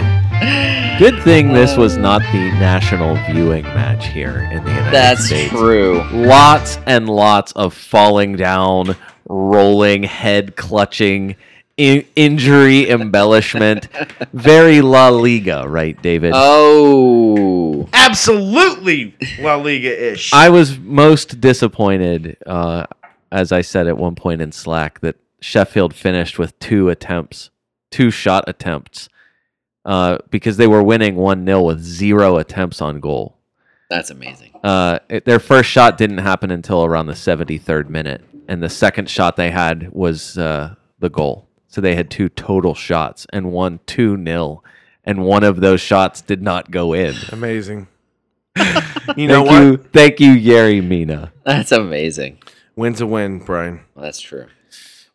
D: good thing this was not the national viewing match here in the United
C: That's
D: States.
C: true.
D: Lots and lots of falling down, rolling, head clutching, in- injury embellishment. Very La Liga, right, David?
C: Uh, Oh.
B: Absolutely, La Liga ish.
D: I was most disappointed, uh, as I said at one point in Slack, that Sheffield finished with two attempts, two shot attempts, uh, because they were winning 1 0 with zero attempts on goal.
C: That's amazing.
D: Uh, it- their first shot didn't happen until around the 73rd minute, and the second shot they had was uh, the goal. So they had two total shots and one 2 0, and one of those shots did not go in.
B: Amazing. you know
D: thank
B: what?
D: you, thank you, Yeri Mina.
C: That's amazing.
B: Win's a win, Brian.
C: Well, that's true.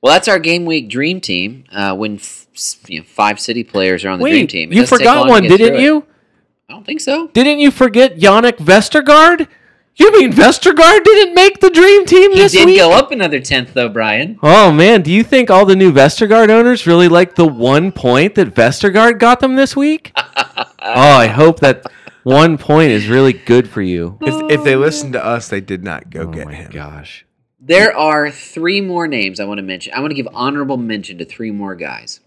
C: Well, that's our game week dream team. Uh, when f- s- you know, five city players are on the dream team, It
D: you
C: doesn't take long
D: forgot
C: to
D: one,
C: get
D: didn't
C: through it.
D: you?
C: I don't think so.
D: Didn't you forget Yannick Vestergaard? You mean Vestergaard didn't make the dream team
C: He
D: this
C: did
D: week?
C: go up another tenth, though, Brian.
D: oh man, do you think all the new Vestergaard owners really like the one point that Vestergaard got them this week? oh, I hope that one point is really good for you.
B: If, if they listened to us, they did not go
D: Oh
B: get
D: my
B: him.
D: gosh.
C: There are three more names I want to mention. I want to give honorable mention to three more guys.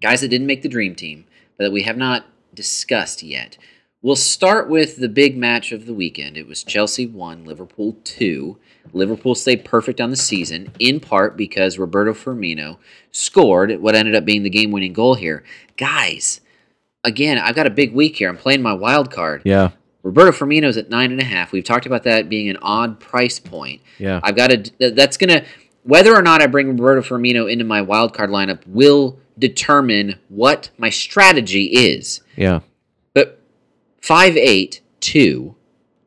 C: Guys that didn't make the dream team, but that we have not discussed yet. We'll start with the big match of the weekend. It was Chelsea 1, Liverpool 2. Liverpool stayed perfect on the season, in part because Roberto Firmino scored what ended up being the game winning goal here. Guys, again, I've got a big week here. I'm playing my wild card.
D: Yeah.
C: Roberto Firmino's at nine and a half. We've talked about that being an odd price point.
D: Yeah.
C: I've got to. That's gonna whether or not I bring Roberto Firmino into my wild card lineup will determine what my strategy is.
D: yeah.
C: But 5 8, 2,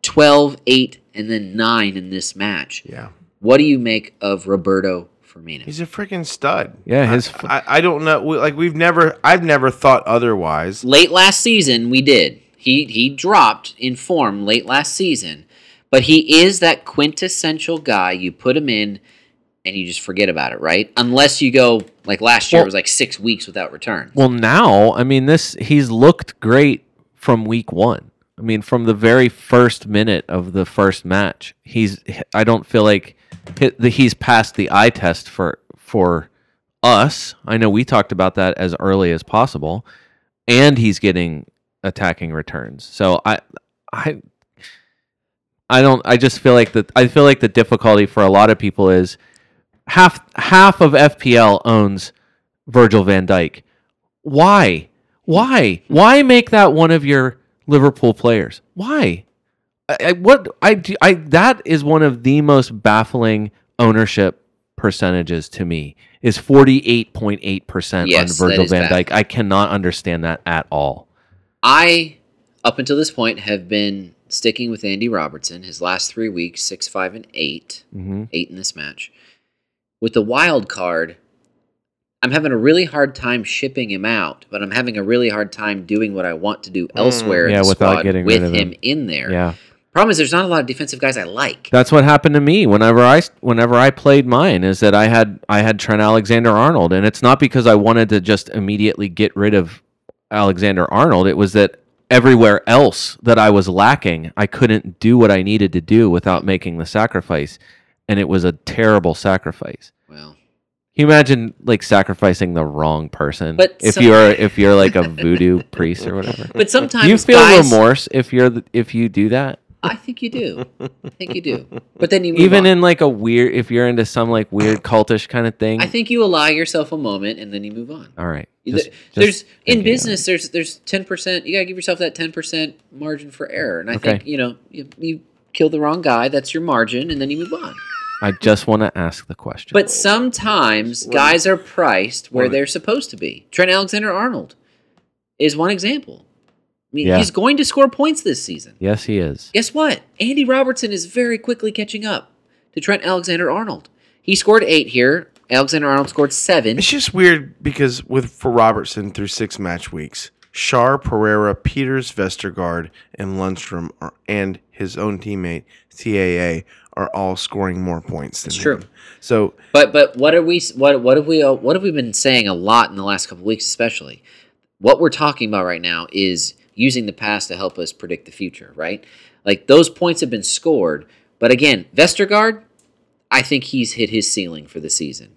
C: 12 8, and then 9 in this match.
B: Yeah.
C: What do you make of Roberto Firmino?
B: He's a freaking stud.
D: Yeah, his
B: I
D: f-
B: I, I don't know. We, like we've never. I've never thought otherwise.
C: Late last season, we did. He, he dropped in form late last season, but he is that quintessential guy. You put him in and you just forget about it, right? Unless you go, like last year, it was like six weeks without return.
D: Well, now, I mean, this he's looked great from week one. I mean, from the very first minute of the first match, he's. I don't feel like he- the- he's passed the eye test for for us. I know we talked about that as early as possible, and he's getting attacking returns. So I, I, I don't. I just feel like that. I feel like the difficulty for a lot of people is half half of FPL owns Virgil Van Dyke why why why make that one of your liverpool players why I, I, what I, do- I that is one of the most baffling ownership percentages to me is 48.8%
C: Yes, that
D: on virgil
C: is
D: van
C: bad.
D: dyke i cannot understand that at all
C: I, up until this point, have been sticking with Andy Robertson. His last three weeks, six, five, and eight,
D: Mhm.
C: eight in this match. With the wild card, I'm having a really hard time shipping him out, but I'm having a really hard time doing what I want to do elsewhere. in
D: Mm. yeah,
C: the
D: without
C: squad
D: getting rid
C: with
D: of
C: him,
D: him.
C: in there.
D: yeah
C: Problem is, there's not a lot of defensive guys I like.
D: That's what happened to me whenever I whenever I played mine is that I had I had Trent Alexander Arnold and it's not because I wanted to just immediately get rid of Alexander Arnold it was that everywhere else that I was lacking I couldn't do what I needed to do without making the sacrifice and it was a terrible sacrifice.
C: Well,
D: Can you imagine like sacrificing the wrong person
C: But
D: if
C: some-
D: you're if you're like a voodoo priest or whatever.
C: but sometimes
D: Do you feel
C: guys,
D: remorse if you're the, if you do that?
C: I think you do. I think you do. But then you move
D: even
C: on.
D: in like a weird if you're into some like weird cultish kind of thing
C: I think you allow yourself a moment and then you move on.
D: all right
C: You-
D: just-
C: there-
D: just
C: there's
D: thinking
C: in
D: of
C: business there's there's 10% you got to give yourself that 10% margin for error and i think
D: Okay.
C: you know you, you kill the wrong guy that's your margin and then you move on
D: it. i just want to ask the question
C: but sometimes guys are priced where they're supposed to be trent alexander arnold is one example i mean
D: Yeah.
C: he's going to score points this season
D: yes he is
C: guess what andy robertson is very quickly catching up to trent alexander arnold he scored eight here alexander arnold scored seven
B: It's just weird because with for Robertson through six match weeks, Shar, Pereira, Peters, Vestergaard, and Lundstrom are, and his own teammate TAA are all scoring more points than
C: It's true.
B: him. So
C: But but what are we what what have we uh, what have we been saying a lot in the last couple weeks especially? What we're talking about right now is using the past to help us predict the future, right? Like those points have been scored, but again, Vestergaard, I think he's hit his ceiling for the season.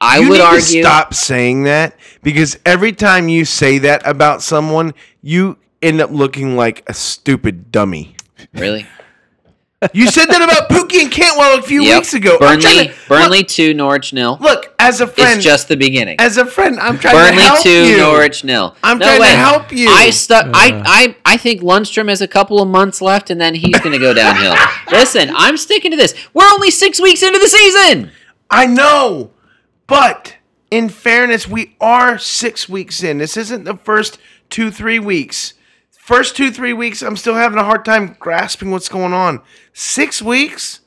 C: I
B: you
C: would
B: need
C: argue
B: to stop saying that because every time you say that about someone, you end up looking like a stupid dummy.
C: really
B: You said that about Pookie and Cantwell a few
C: Yep.
B: weeks ago. I'm trying
C: Burnley
B: to-
C: Burnley two Norwich nil.
B: Look, look, as a friend,
C: It's just the beginning.
B: as a friend, I'm trying to
C: Burnley
B: help
C: two,
B: you.
C: Norwich nil.
B: I'm
C: No
B: trying to
C: way.
B: help you.
C: I stu- I, I I think Lundstrom has a couple of months left, and then he's going to go downhill. Listen, I'm sticking to this. We're only six weeks into the season.
B: I know, but in fairness, we are six weeks in. This isn't the first two, three weeks. First two, three weeks, I'm still having a hard time grasping what's going on. Six weeks,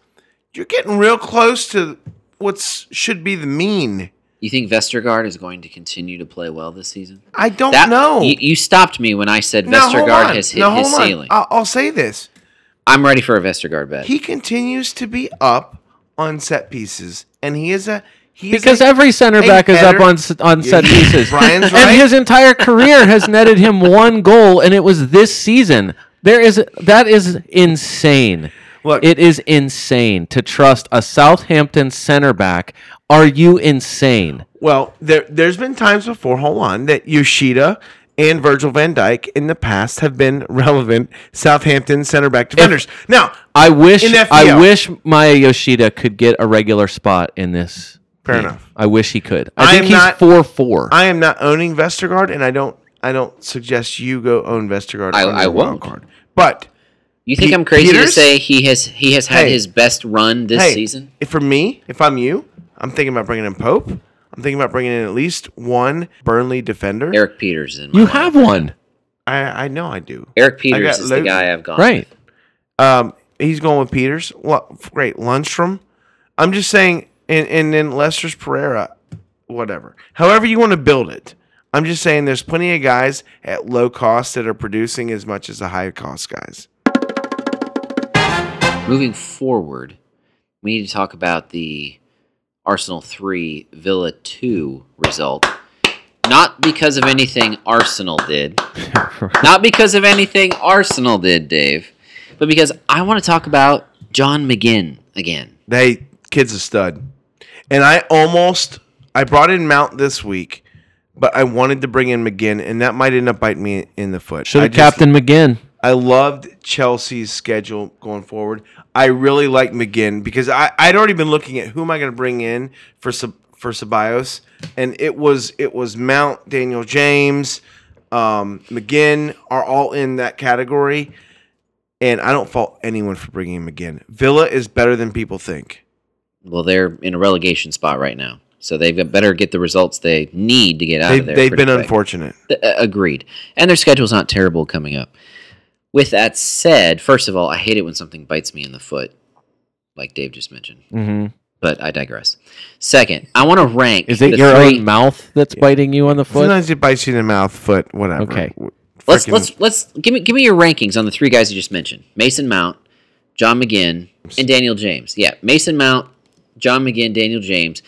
B: you're getting real close to what should be the mean.
C: You think Vestergaard is going to continue to play well this season?
B: I don't
C: That
B: know.
C: you, you stopped me when I said
B: Now, hold
C: Vestergaard
B: on.
C: has hit
B: Now,
C: his
B: hold on.
C: ceiling.
B: I'll, I'll say this.
C: I'm ready for a Vestergaard bet.
B: He continues to be up on set pieces, and he is a he is
D: because
B: a-
D: every center
B: a
D: back is up
B: better-
D: on s- on set pieces
B: Brian's right.
D: and his entire career has netted him one goal and it was this season there is that is insane
B: Look.
D: it is insane to trust a southampton center back are you insane
B: Well, there there's been times before, hold on, that Yoshida and Virgil van Dyke in the past have been relevant Southampton center back defenders. now,
D: I wish
B: In
D: I
B: FPL.
D: wish Maya Yoshida could get a regular spot in this.
B: Fair
D: thing.
B: enough.
D: I wish he could.
B: I
D: I think
B: am
D: he's
B: not-
D: four four.
B: I am not owning Vestergaard, and I don't. I don't suggest you go own Vestergaard.
C: I-
B: on
C: I
B: your wild
C: won't.
B: Card. But
C: You think
B: Pe-
C: I'm crazy to
B: Peters?
C: say he has he has had
B: Hey.
C: his best run this
B: hey,
C: season?
B: if for me, if I'm you, I'm thinking about bringing in Pope. I'm thinking about bringing in at least one Burnley defender.
C: Eric Peters in my
D: you
C: mind.
D: have one,
B: I, I know I do.
C: Eric
B: I
C: Peters
B: got
C: is the
B: Luke.
C: guy I've gone.
D: right?
C: with.
B: Um, he's going with Peters. Well, great Lundstrom. I'm just saying, and and then Lester's Pereira, whatever. However you want to build it. I'm just saying, there's plenty of guys at low cost that are producing as much as the high cost guys.
C: Moving forward, we need to talk about the Arsenal 3 Villa 2 result. Not because of anything Arsenal did. Not because of anything Arsenal did, Dave, but because I want to talk about John McGinn again.
B: They kid's a stud. And I almost I brought in Mount this week, but I wanted to bring in McGinn, and that might end up biting me in the foot.
D: Should
B: I
D: have
B: just-
D: Captain McGinn.
B: I loved Chelsea's schedule going forward. I really like McGinn because I, I'd already been looking at who am I going to bring in for Sab- for Ceballos, and it was it was Mount, Daniel James, um, McGinn are all in that category, and I don't fault anyone for bringing in McGinn. Villa is better than people think.
C: Well, they're in a relegation spot right now. So they've better get the results they need to get out
B: They,
C: of there.
B: they've
C: pretty
B: been
C: quick.
B: unfortunate.
C: Th- uh, agreed. And their schedule's not terrible coming up. With that said, first of all, I hate it when something bites me in the foot, like Dave just mentioned.
D: hmm
C: But I digress. Second, I want to rank.
D: Is it
C: the
D: your
C: three-
D: own mouth that's biting you on the foot?
B: Sometimes it bites you in the mouth, foot, whatever.
D: Okay.
C: Let's
B: Frickin-
C: let's let's give me give me your rankings on the three guys you just mentioned: Mason Mount, John McGinn, and Daniel James. Yeah, Mason Mount, John McGinn, Daniel James.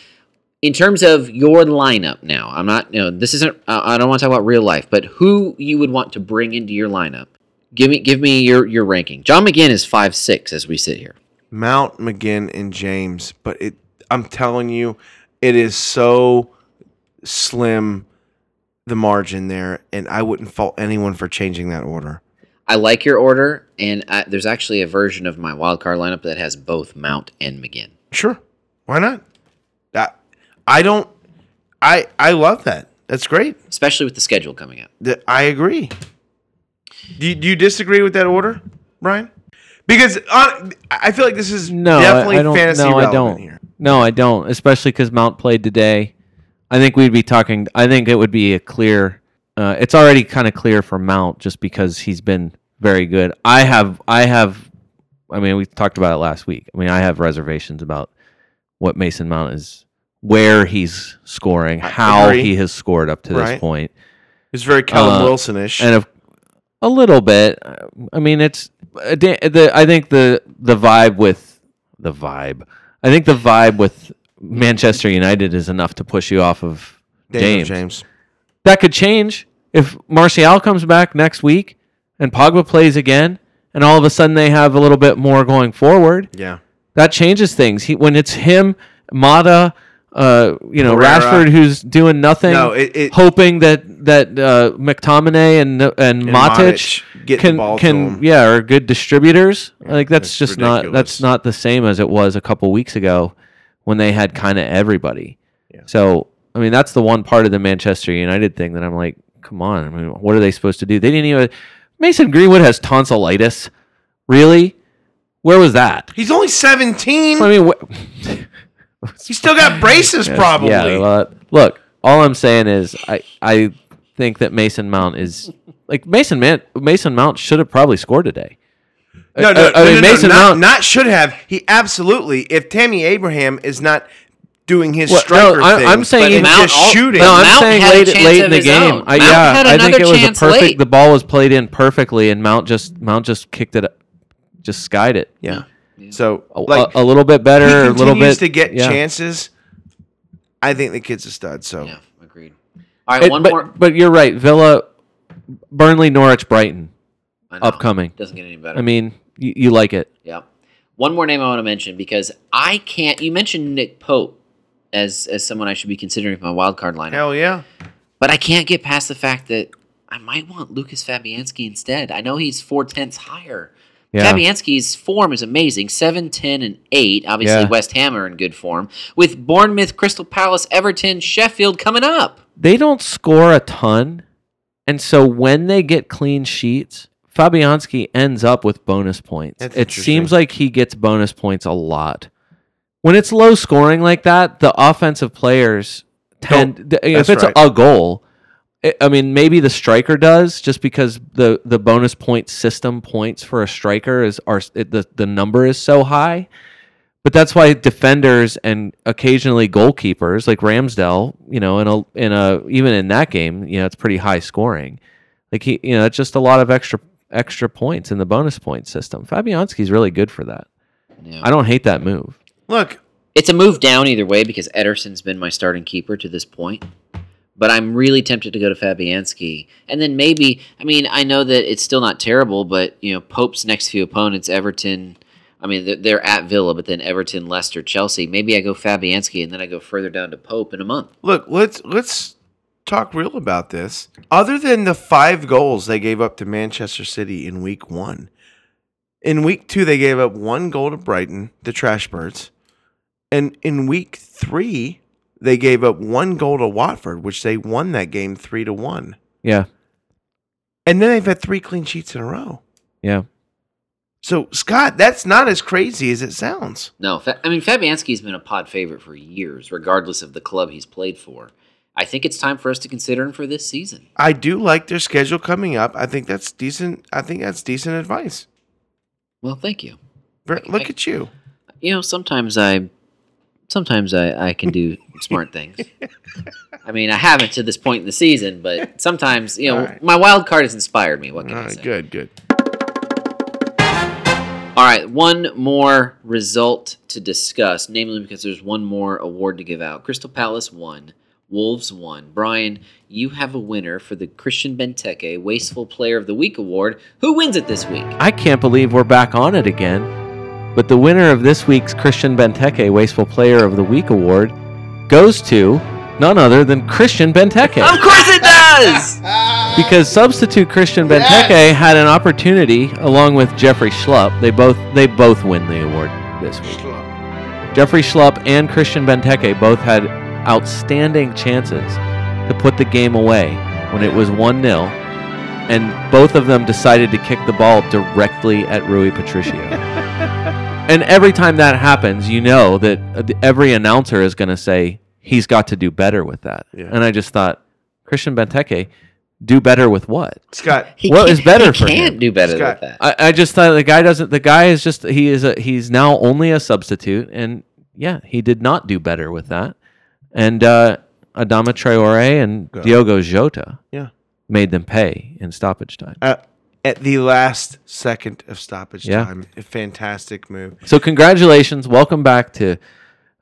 C: In terms of your lineup now, I'm not. You know, this isn't. I I don't want to talk about real life, but who you would want to bring into your lineup? Give me give me your your ranking. John McGinn is five six as we sit here.
B: Mount, McGinn, and James, but it I'm telling you, it is so slim the margin there, and I wouldn't fault anyone for changing that order.
C: I like your order, and I, there's actually a version of my wildcard lineup that has both Mount and McGinn.
B: Sure. Why not? That I don't I I love that. That's great.
C: especially with the schedule coming up.
B: That I agree. Do you, do you disagree with that order, Brian? Because on, I feel like this is
D: No, I-
B: definitely
D: I, don't.
B: fantasy
D: no, I
B: relevant
D: don't.
B: here.
D: No, I don't. Especially because Mount played today. I think we'd be talking. I think it would be a clear. Uh, it's already kind of clear for Mount just because he's been very good. I have. I have. I mean, we talked about it last week. I mean, I have reservations about what Mason Mount is, where he's scoring, how
B: agree.
D: he has scored up to this
B: Right.
D: point,
B: It's very Callum
D: Uh,
B: Wilson ish.
D: and of a little bit. I mean, it's uh, da- the. I think the the vibe with the vibe. I think the vibe with Manchester United is enough to push you off of James.
B: James.
D: That could change if Martial comes back next week and Pogba plays again, and all of a sudden they have a little bit more going forward.
B: Yeah.
D: That changes things. He when it's him, Mata. Uh, you know
B: Herrera.
D: Rashford, who's doing nothing,
B: No, it- it-
D: hoping that that uh, McTominay and and, Matic,
B: Matic get the
D: can
B: ball to
D: can
B: him.
D: yeah are good distributors. like that's,
B: it's
D: just not that's
B: ridiculous.
D: not the same as it was a couple weeks ago when they had kind of everybody. So I mean that's the one part of the Manchester United thing that I'm like, come on, I mean, what are they supposed to do? They didn't even Mason Greenwood has tonsillitis. Really? Where was that?
B: He's only 17.
D: I mean, wh-
B: He's still got braces, probably.
D: Yeah, well, look, all I'm saying is I I think that Mason Mount is like Mason Man, Mason Mount should have probably scored today.
B: no,
D: I-
B: no,
D: uh, I
B: no,
D: mean,
B: no, no,
D: Mason
B: not,
D: Mount-
B: not should have. He absolutely. If Tammy Abraham is not doing his
D: Well, no,
B: striker
D: I-
B: thing,
D: I'm saying-
B: and
C: Mount
B: just
C: al-
B: shooting.
D: No, I'm
C: Mount
D: saying
C: had a
D: late
C: chance
D: late
C: of
D: in the
C: his
D: game.
C: own.
D: I,
C: Mount
D: yeah,
C: had
D: I think
C: another
D: it was a
C: chance
D: perfect.
C: late.
D: The ball was played in perfectly, and Mount just Mount just kicked it, just skied it.
B: yeah. So
D: A,
B: like
D: a, a little bit better,
B: he
D: a
B: continues
D: little bit
B: to get
D: yeah.
B: chances. I think the kid's a stud. So
C: Yeah, agreed. All right,
D: Oh. It-
C: one
D: but,
C: more
D: but you're right, Villa, Burnley, Norwich, Brighton.
C: I know,
D: upcoming.
C: Doesn't get any better.
D: I mean, you, you like it.
C: yeah. One more name I want to mention because I can't. You mentioned Nick Pope as as someone I should be considering for my wild card lineup,
B: hell yeah.
C: but I can't get past the fact that I might want Lucas Fabianski instead. I know he's four tenths higher.
D: Yeah.
C: Fabianski's form is amazing 7, 10, and 8. Obviously,
D: Yeah.
C: West Ham are in good form. With Bournemouth, Crystal Palace, Everton, Sheffield coming up.
D: They don't score a ton. And so when they get clean sheets, Fabianski ends up with bonus points.
B: That's
D: it
B: interesting.
D: seems like he gets bonus points a lot. When it's low scoring like that, the offensive players tend th- if
B: that's
D: it's
B: right.
D: a goal, I- I mean maybe the striker does just because the the bonus point system points for a striker is are it, the the number is so high. But that's why defenders and occasionally goalkeepers like Ramsdell, you know, in a in a even in that game, you know, it's pretty high scoring. Like he, you know, it's just a lot of extra extra points in the bonus point system. Fabianski's really good for that.
C: Yeah.
D: I don't hate that move.
B: Look,
C: It's a move down either way because Ederson's been my starting keeper to this point. But I'm really tempted to go to Fabianski. And then maybe, I mean, I know that it's still not terrible, but, you know, Pope's next few opponents, Everton, I mean, they're, they're at Villa, but then Everton, Leicester, Chelsea. Maybe I go Fabianski and then I go further down to Pope in a month.
B: look, let's let's talk real about this. Other than the five goals they gave up to Manchester City in week one, in week two they gave up one goal to Brighton, the Trash Birds, and in week three they gave up one goal to Watford, which they won that game three to one.
D: Yeah,
B: And then they've had three clean sheets in a row.
D: yeah.
B: So Scott, that's not as crazy as it sounds.
C: No, Fa- I mean Fabianski's been a pod favorite for years, regardless of the club he's played for. I think it's time for us to consider him for this season.
B: I do like their schedule coming up. I think that's decent. I think that's decent advice.
C: Well, thank you.
B: Ver- Look at you.
C: You know, sometimes I, sometimes I, I can do smart things. I mean, I haven't to this point in the season, but sometimes you know
B: All right.
C: my wild card has inspired me. What can
B: All
C: I
B: right,
C: say?
B: good, good.
C: All right, one more result to discuss, namely because there's one more award to give out. Crystal Palace won, Wolves won. Brian, you have a winner for the Christian Benteke Wasteful Player of the Week award. Who wins it this week?
D: I can't believe we're back on it again. But the winner of this week's Christian Benteke Wasteful Player of the Week award goes to none other than Christian Benteke
C: Of course it does!
D: because substitute Christian Benteke had an opportunity along with Jeffrey Schlupp. They both they both win the award this week. Jeffrey Schlupp and Christian Benteke both had outstanding chances to put the game away when it was 1 0, and both of them decided to kick the ball directly at Rui Patricio. and every time that happens, you know that uh, the- every announcer is going to say, he's got to do better with that.
B: Yeah.
D: And I just thought, Christian Benteke, do better with what?
B: Scott,
C: He
D: What
C: can't-
D: is better
C: he
D: for
C: can't
D: him?
C: do better
B: Scott.
C: than that.
D: I, I just thought the guy doesn't. The guy is just he is a he's now only a substitute, and yeah, he did not do better with that. And uh, Adama Traore and Diogo Jota
B: Yeah.
D: made them pay in stoppage time.
B: uh, at the last second of stoppage
D: Yeah.
B: time, a fantastic move.
D: So congratulations, welcome back to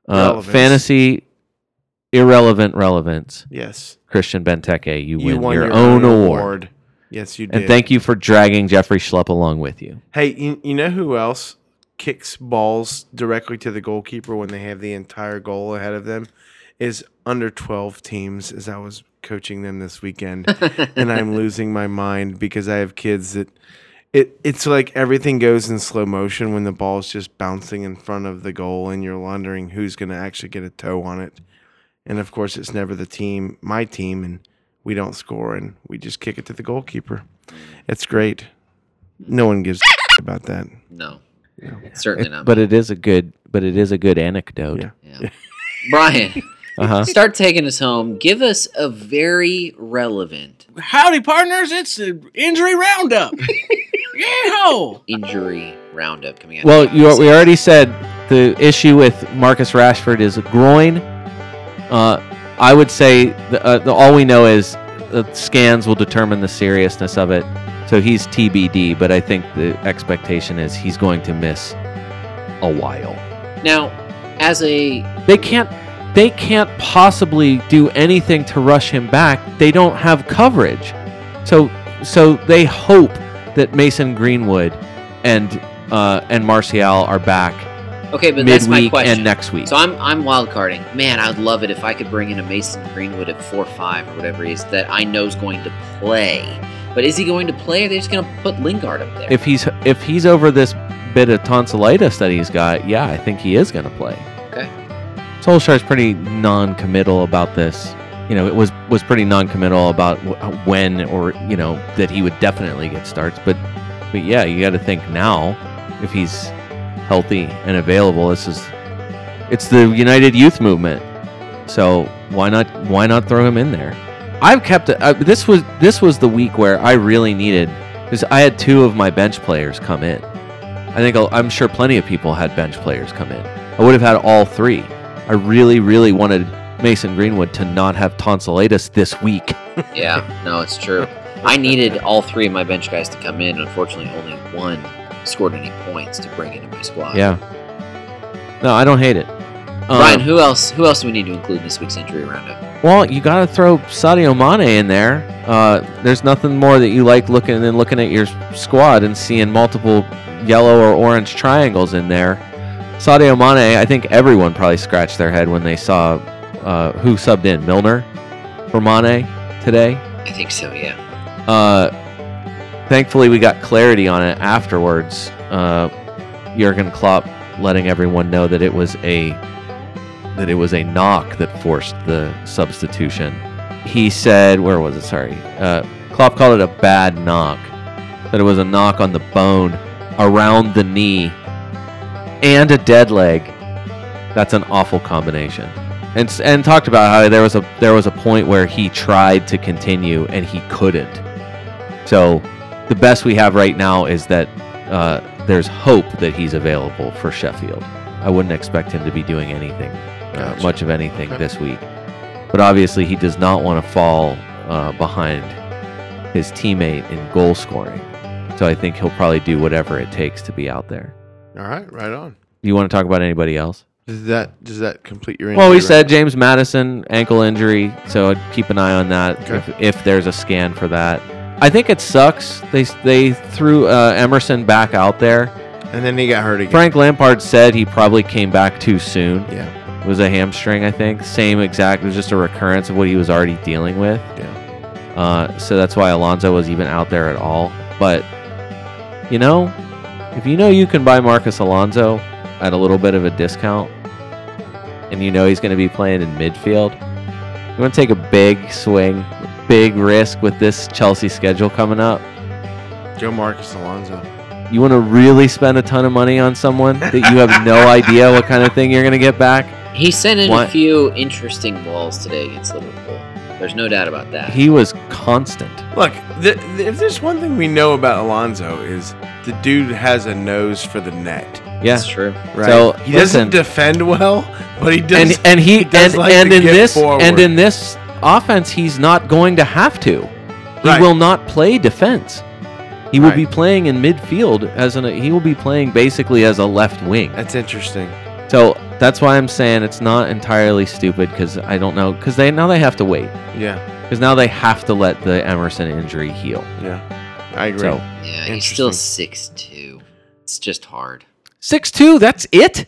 D: uh,
B: Relevance.
D: fantasy irrelevant relevance.
B: Yes,
D: Christian Benteke, you, win your, own, award.
B: Yes, you did.
D: And thank you for dragging Jeffrey Schlupp along with you.
B: Hey, you, you know who else kicks balls directly to the goalkeeper when they have the entire goal ahead of them? Is under 12 teams, as I was coaching them this weekend. and I'm losing my mind because I have kids that it, it's like everything goes in slow motion when the ball's just bouncing in front of the goal and you're wondering who's going to actually get a toe on it. And of course, it's never the team, my team, and we don't score and we just kick it to the goalkeeper. It's great. No one gives a about that.
C: No, certainly not.
D: But it is a good but it is a good anecdote.
B: Yeah.
C: Yeah. Brian,
D: Uh-huh.
C: start taking us home. Give us a very relevant
F: Howdy, partners. It's the injury roundup. Yeehaw!
C: injury roundup coming out.
D: Well, you, we already said the issue with Marcus Rashford is groin. Uh, I would say the, uh, the, all we know is the scans will determine the seriousness of it. So he's TBD, but I think the expectation is he's going to miss a while.
C: now, as a
D: They can't they can't possibly do anything to rush him back. They don't have coverage. So so they hope that Mason Greenwood and uh, and Martial are back
C: Okay, but that's my
D: midweek
C: question.
D: and next week.
C: So I'm I'm wild carding. Man, I'd love it if I could bring in a Mason Greenwood at four five or whatever he is that I know is going to play. But is he going to play? Or are they just going to put Lingard up there?
D: if he's if he's over this bit of tonsillitis that he's got, yeah, I think he is going to play.
C: Okay.
D: Solskjaer's pretty non-committal about this. You know, it was was pretty non-committal about wh- when or you know that he would definitely get starts, but but yeah, you got to think now if he's healthy and available. This is it's the United Youth Movement, so why not why not throw him in there? I've kept uh, this was this was the week where I really needed because I had two of my bench players come in. I think I'll- I'm sure plenty of people had bench players come in. I would have had all three. I really, really wanted Mason Greenwood to not have tonsillitis this week.
C: yeah, no, it's true. I needed all three of my bench guys to come in. Unfortunately, only one scored any points to bring into my squad.
D: Yeah. No, I don't hate it. Um,
C: Brian, who else? Who else do we need to include in this week's injury roundup?
D: Well, you got to throw Sadio Mane in there. Uh, there's nothing more that you like looking than looking at your squad and seeing multiple yellow or orange triangles in there. Sadio Mane, I think everyone probably scratched their head when they saw uh, who subbed in Milner for Mane today.
C: I think so. Yeah.
D: Uh, thankfully, we got clarity on it afterwards. Uh, Jurgen Klopp letting everyone know that it was a that it was a knock that forced the substitution. He said, "Where was it? Sorry." Uh, Klopp called it a bad knock. That it was a knock on the bone around the knee and a dead leg. That's an awful combination. And, s- and talked about how there was a there was a point where he tried to continue and he couldn't. So the best we have right now is that uh, there's hope that he's available for Sheffield. I wouldn't expect him to be doing anything, uh,
B: Gotcha.
D: much of anything
B: Okay.
D: this week. But obviously, he does not want to fall uh, behind his teammate in goal scoring. So I think he'll probably do whatever it takes to be out there.
B: All right, right on.
D: Do you want to talk about anybody else?
B: Does that does that complete your?
D: Well, we
B: injury
D: said James Madison ankle injury, so I'd keep an eye on that
B: Okay.
D: if, if there's a scan for that. I think it sucks they they threw uh, Emerson back out there.
B: round? and then he got hurt again.
D: Frank Lampard said he probably came back too soon.
B: Yeah,
D: It was a hamstring, I think. Same exact. It was just a recurrence of what he was already dealing with.
B: yeah.
D: Uh, so that's why Alonso was even out there at all. But you know, if you know you can buy Marcus Alonso at a little bit of a discount, and you know he's going to be playing in midfield, you want to take a big swing, big risk with this Chelsea schedule coming up.
B: Joe Marcus Alonso.
D: You want to really spend a ton of money on someone that you have no idea what kind of thing you're going to get back.
C: He sent in
D: What?
C: a few interesting balls today against Liverpool. There's no doubt about that.
D: He was constant.
B: Look, th- th- if there's one thing we know about Alonso is the dude has a nose for the net.
D: Yeah.
C: That's true.
B: Right.
D: So,
B: he doesn't
D: listen.
B: defend well, but he does.
D: and and he,
B: does
D: and,
B: like
D: and
B: to
D: in
B: get
D: this
B: forward.
D: and in this offense he's not going to have to. He
B: Right.
D: will not play defense. He will
B: Right.
D: be playing in midfield as an he will be playing basically as a left wing.
B: That's interesting.
D: So that's why I'm saying it's not entirely stupid because I don't know because they now they have to wait
B: Yeah,
D: because now they have to let the Emerson injury heal.
B: yeah. I agree.
D: So
C: Yeah, he's still
B: Interesting.
C: six two. It's just hard.
D: six two, that's it.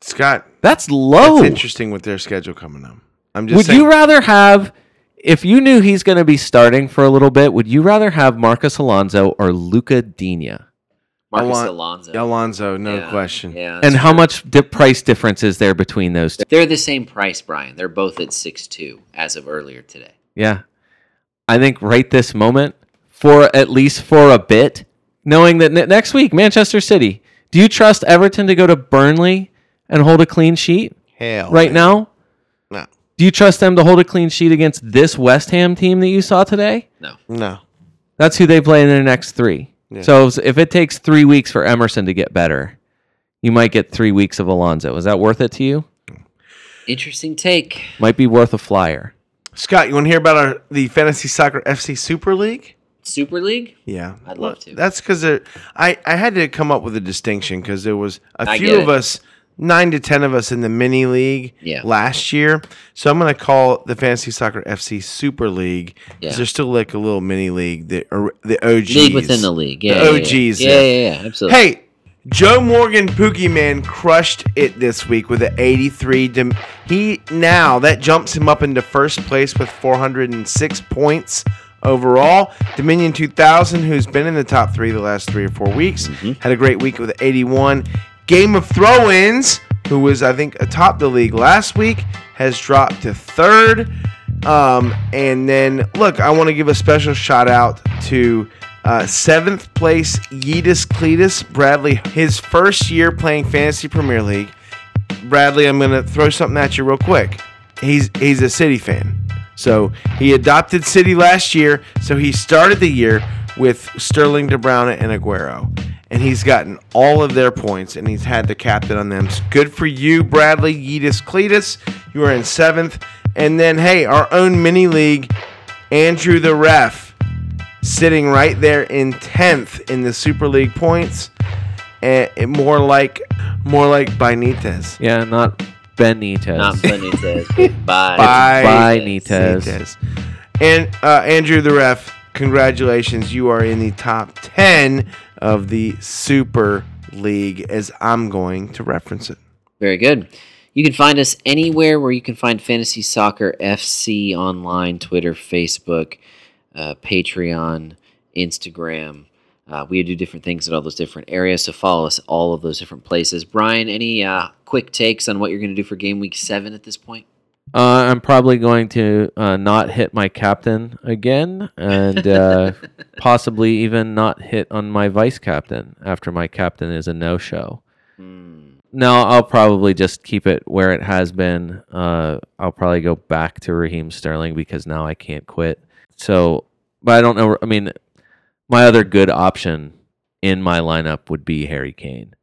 B: Scott,
D: That's
B: it's
D: low.
B: interesting with their schedule coming up. I'm just
D: Oh. Would
B: saying,
D: you rather have, if you knew he's going to be starting for a little bit, would you rather have Marcus Alonso or Luca Dina?
C: Marcus
B: Alon-
C: Alonso.
B: Alonso, no
C: Yeah,
B: question.
C: Yeah.
D: And
C: that's
D: how
C: true.
D: much di- price difference is there between those two?
C: They're the same price, Brian. They're both at six two as of earlier today.
D: Yeah. I think right this moment, for at least for a bit, knowing that ne- next week, Manchester City, do you trust Everton to go to Burnley and hold a clean sheet
B: Hell,
D: right
B: no.
D: now?
B: No.
D: Do you trust them to hold a clean sheet against this West Ham team that you saw today?
B: No.
D: That's who they play in their next three.
B: Yeah.
D: So if- if it takes three weeks for Emerson to get better, you might get three weeks of Alonzo. Is that worth it to you?
C: Interesting take.
D: Might be worth a flyer.
B: Scott, you want to hear about our the Fantasy Soccer FC Super League?
C: Super League?
B: Yeah,
C: I'd
B: Well,
C: love to.
B: That's because I I had to come up with a distinction because there was a
C: I
B: few
C: get
B: of
C: it.
B: us, nine to ten of us in the mini league
C: Yeah.
B: last year. So I'm going to call the Fantasy Soccer FC Super League
C: Yeah.
B: because there's still like a little mini league, the or the OGs.
C: League within the league. Yeah.
B: The
C: yeah, yeah.
B: OGs,
C: Yeah,
B: yeah.
C: yeah, yeah, Absolutely.
B: Hey, Joe Morgan Pookie Man crushed it this week with an 83. Dem- he now that jumps him up into first place with 406 points overall. Dominion 2000, who's been in the top three the last three or four weeks, had a great week with 81. Game of Throw-ins, who was I think atop the league last week, has dropped to third. Um, and then, look, I want to give a special shout out to uh, seventh place Yeetus Cletus Bradley, his first year playing Fantasy Premier League. Bradley, I'm going to throw something at you real quick. He's he's a City fan, so he adopted City last year. So he started the year with Sterling, De Bruyne, and Aguero, and he's gotten all of their points, and he's had the captain on them. So good for you, Bradley Yeetus Cletus. You are in seventh, and then hey, our own mini league, Andrew the ref, sitting right there in tenth in the Super League points, and and more like more like Benitez.
D: Yeah, not Benitez.
C: Not Benitez. but Bye.
B: Bye.
D: Benitez.
B: Benitez. And uh, Andrew the ref, congratulations. You are in the top 10 of the Super League, as I'm going to reference it.
C: Very good. You can find us anywhere where you can find Fantasy Soccer FC online Twitter, Facebook, uh, Patreon, Instagram. Uh, we do different things at all those different areas, so follow us all of those different places. Brian, any uh, quick takes on what you're going to do for game week seven at this point?
D: Uh, I'm probably going to uh, not hit my captain again, and uh, possibly even not hit on my vice captain after my captain is a no-show. No, I'll probably just keep it where it has been. Uh, I'll probably go back to Raheem Sterling because now I can't quit. So, but I don't know. I mean, my other good option in my lineup would be Harry Kane.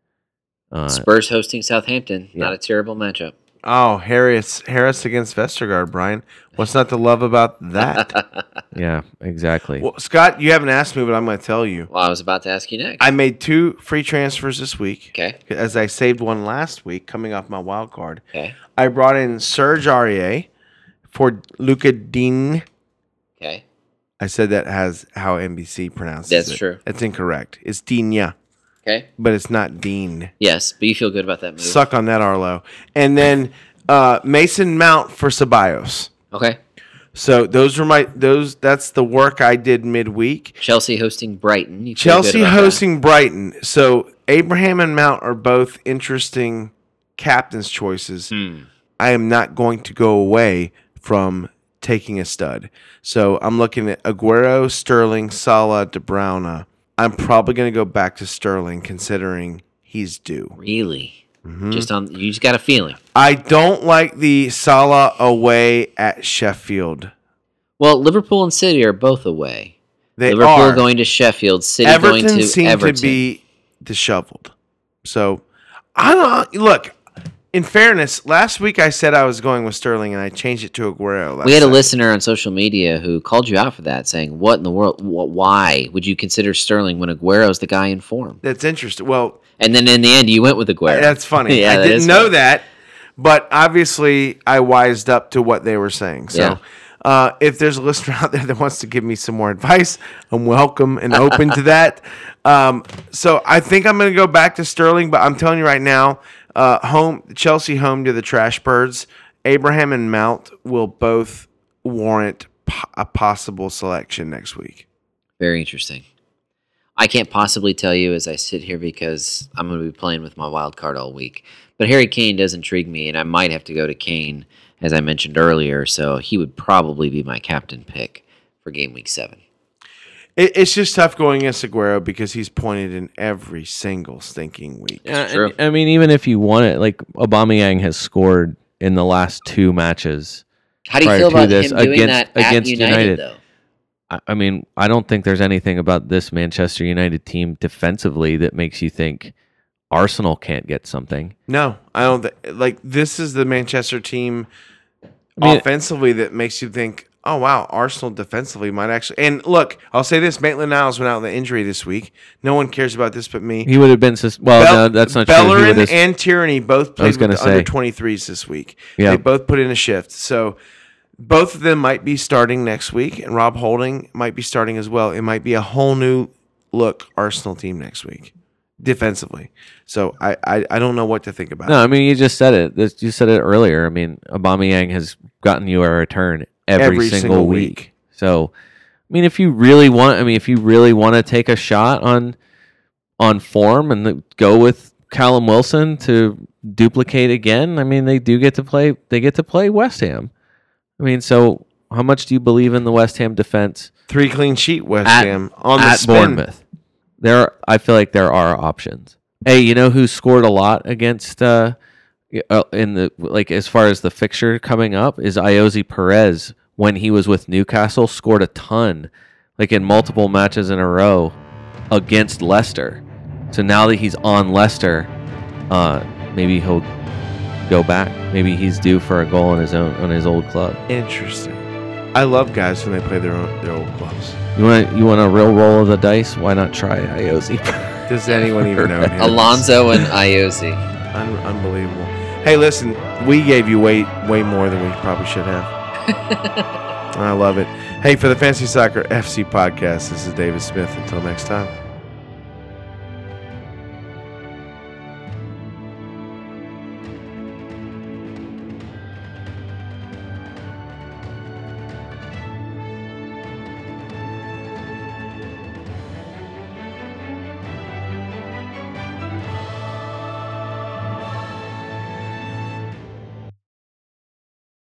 D: Uh,
C: Spurs hosting Southampton.
D: yeah.
C: Not a terrible matchup.
B: Oh, Harris Harris against Vestergaard, Brian. What's not to love about that?
D: yeah, exactly.
B: well, Scott, you haven't asked me, but I'm going to tell you.
C: Well, I was about to ask you next.
B: I made two free transfers this week,
C: okay.
B: as I saved one last week coming off my wild card.
C: Okay.
B: I brought in Serge Aurier for Luca Dean.
C: Okay.
B: I said that has how NBC pronounces
C: That's
B: it.
C: true.
B: That's incorrect. It's Dina,
C: Okay.
B: but it's not Dean.
C: Yes, but you feel good about that move.
B: Suck on that, Arlo. And then uh, Mason Mount for Ceballos.
C: Okay.
B: So those were my those. That's the work I did midweek.
C: Chelsea hosting Brighton. You feel good
B: Chelsea
C: about that.
B: hosting Brighton. So Abraham and Mount are both interesting captain's choices.
C: Hmm.
B: I am not going to go away from taking a stud. So I'm looking at Aguero, Sterling, Salah, De Bruyne. I'm probably going to go back to Sterling considering he's due.
C: Really?
B: Mm-hmm.
C: Just on you just got a feeling.
B: I don't like the Salah away at Sheffield.
C: Well, Liverpool and City are both away.
B: They
C: Liverpool
B: are
C: going to Sheffield, City
B: Everton
C: going to
B: seemed
C: Everton.
B: to be disheveled. So I don't look. In fairness, last week I said I was going with Sterling and I changed it to Aguero. Last
C: we had a
B: night.
C: listener on social media who called you out for that, saying, "What in the world? Wh- why would you consider Sterling when Aguero's the guy in form?"
B: That's interesting. Well,
C: And then in the end, you went with Aguero.
B: that's funny.
C: Yeah,
B: I
C: that
B: didn't
C: is
B: know
C: funny.
B: that, but obviously I wised up to what they were saying. So.
C: Yeah.
B: Uh, if there's a listener out there that wants to give me some more advice, I'm welcome and open to that. Um, so I think I'm going to go back to Sterling, but I'm telling you right now, uh, home Chelsea home to the Trash Birds. Abraham and Mount will both warrant po- a possible selection next week.
C: Very interesting. I can't possibly tell you as I sit here because I'm going to be playing with my wild card all week. But Harry Kane does intrigue me, and I might have to go to Kane, as I mentioned earlier. So he would probably be my captain pick for game week seven.
B: It, it's just tough going against Aguero because he's pointed in every single stinking week.
D: Yeah,
C: true.
D: and- I mean, even if you want it, like Aubameyang has scored in the last two matches.
C: How do you
D: Prior
C: feel
D: to
C: about
D: this,
C: him doing
D: against-
C: that at
D: against
C: United,
D: United.
C: though?
D: I, I mean, I don't think there's anything about this Manchester United team defensively that makes you think Arsenal can't get something.
B: No, I don't. Th- like this is the Manchester team
D: I mean-
B: offensively that makes you think, oh wow, Arsenal defensively might actually. And look, I'll say this: Maitland Niles went out with an injury this week. No one cares about this but me.
D: He would have been sus- well.
B: Bell-
D: no, that's not true. He
B: Bellerin
D: would have-
B: and Tyranny both
D: I was
B: played with
D: gonna
B: the under
D: say.
B: 23s this week.
D: Yeah.
B: They both put in a shift. So both of them might be starting next week, and Rob Holding might be starting as well. It might be a whole new look Arsenal team next week. defensively. So I, I, I don't know what to think about.
D: No, I mean you just said it. This, you said it earlier. I mean, Aubameyang has gotten you a return every,
B: Every
D: single,
B: single
D: week.
B: week.
D: So, I mean, if you really want, I mean, if you really want to take a shot on on form and the, go with Callum Wilson to duplicate again, I mean, they do get to play. They get to play West Ham. I mean, so how much do you believe in the West Ham defense
B: Three clean sheet West
C: At-
B: Ham on the
D: at
B: spin.
D: Bournemouth? There, I feel like there are options. Hey, you know who scored a lot against uh, y- uh, in the like as far as the fixture coming up is Iosi Perez when he was with Newcastle scored a ton, like in multiple matches in a row against Leicester. So now that he's on Leicester, uh, maybe he'll go back. Maybe he's due for a goal on his own on his old club.
B: Interesting. I love guys when they play their own, their old clubs.
D: You want you want a real roll of the dice? Why not try Iosi?
B: Does anyone even know? him?
C: Alonso and Iosi.
B: Un- unbelievable. Hey, listen, we gave you way way more than we probably should have. I love it. Hey, for the Fancy Soccer FC podcast, this is David Smith. Until next time.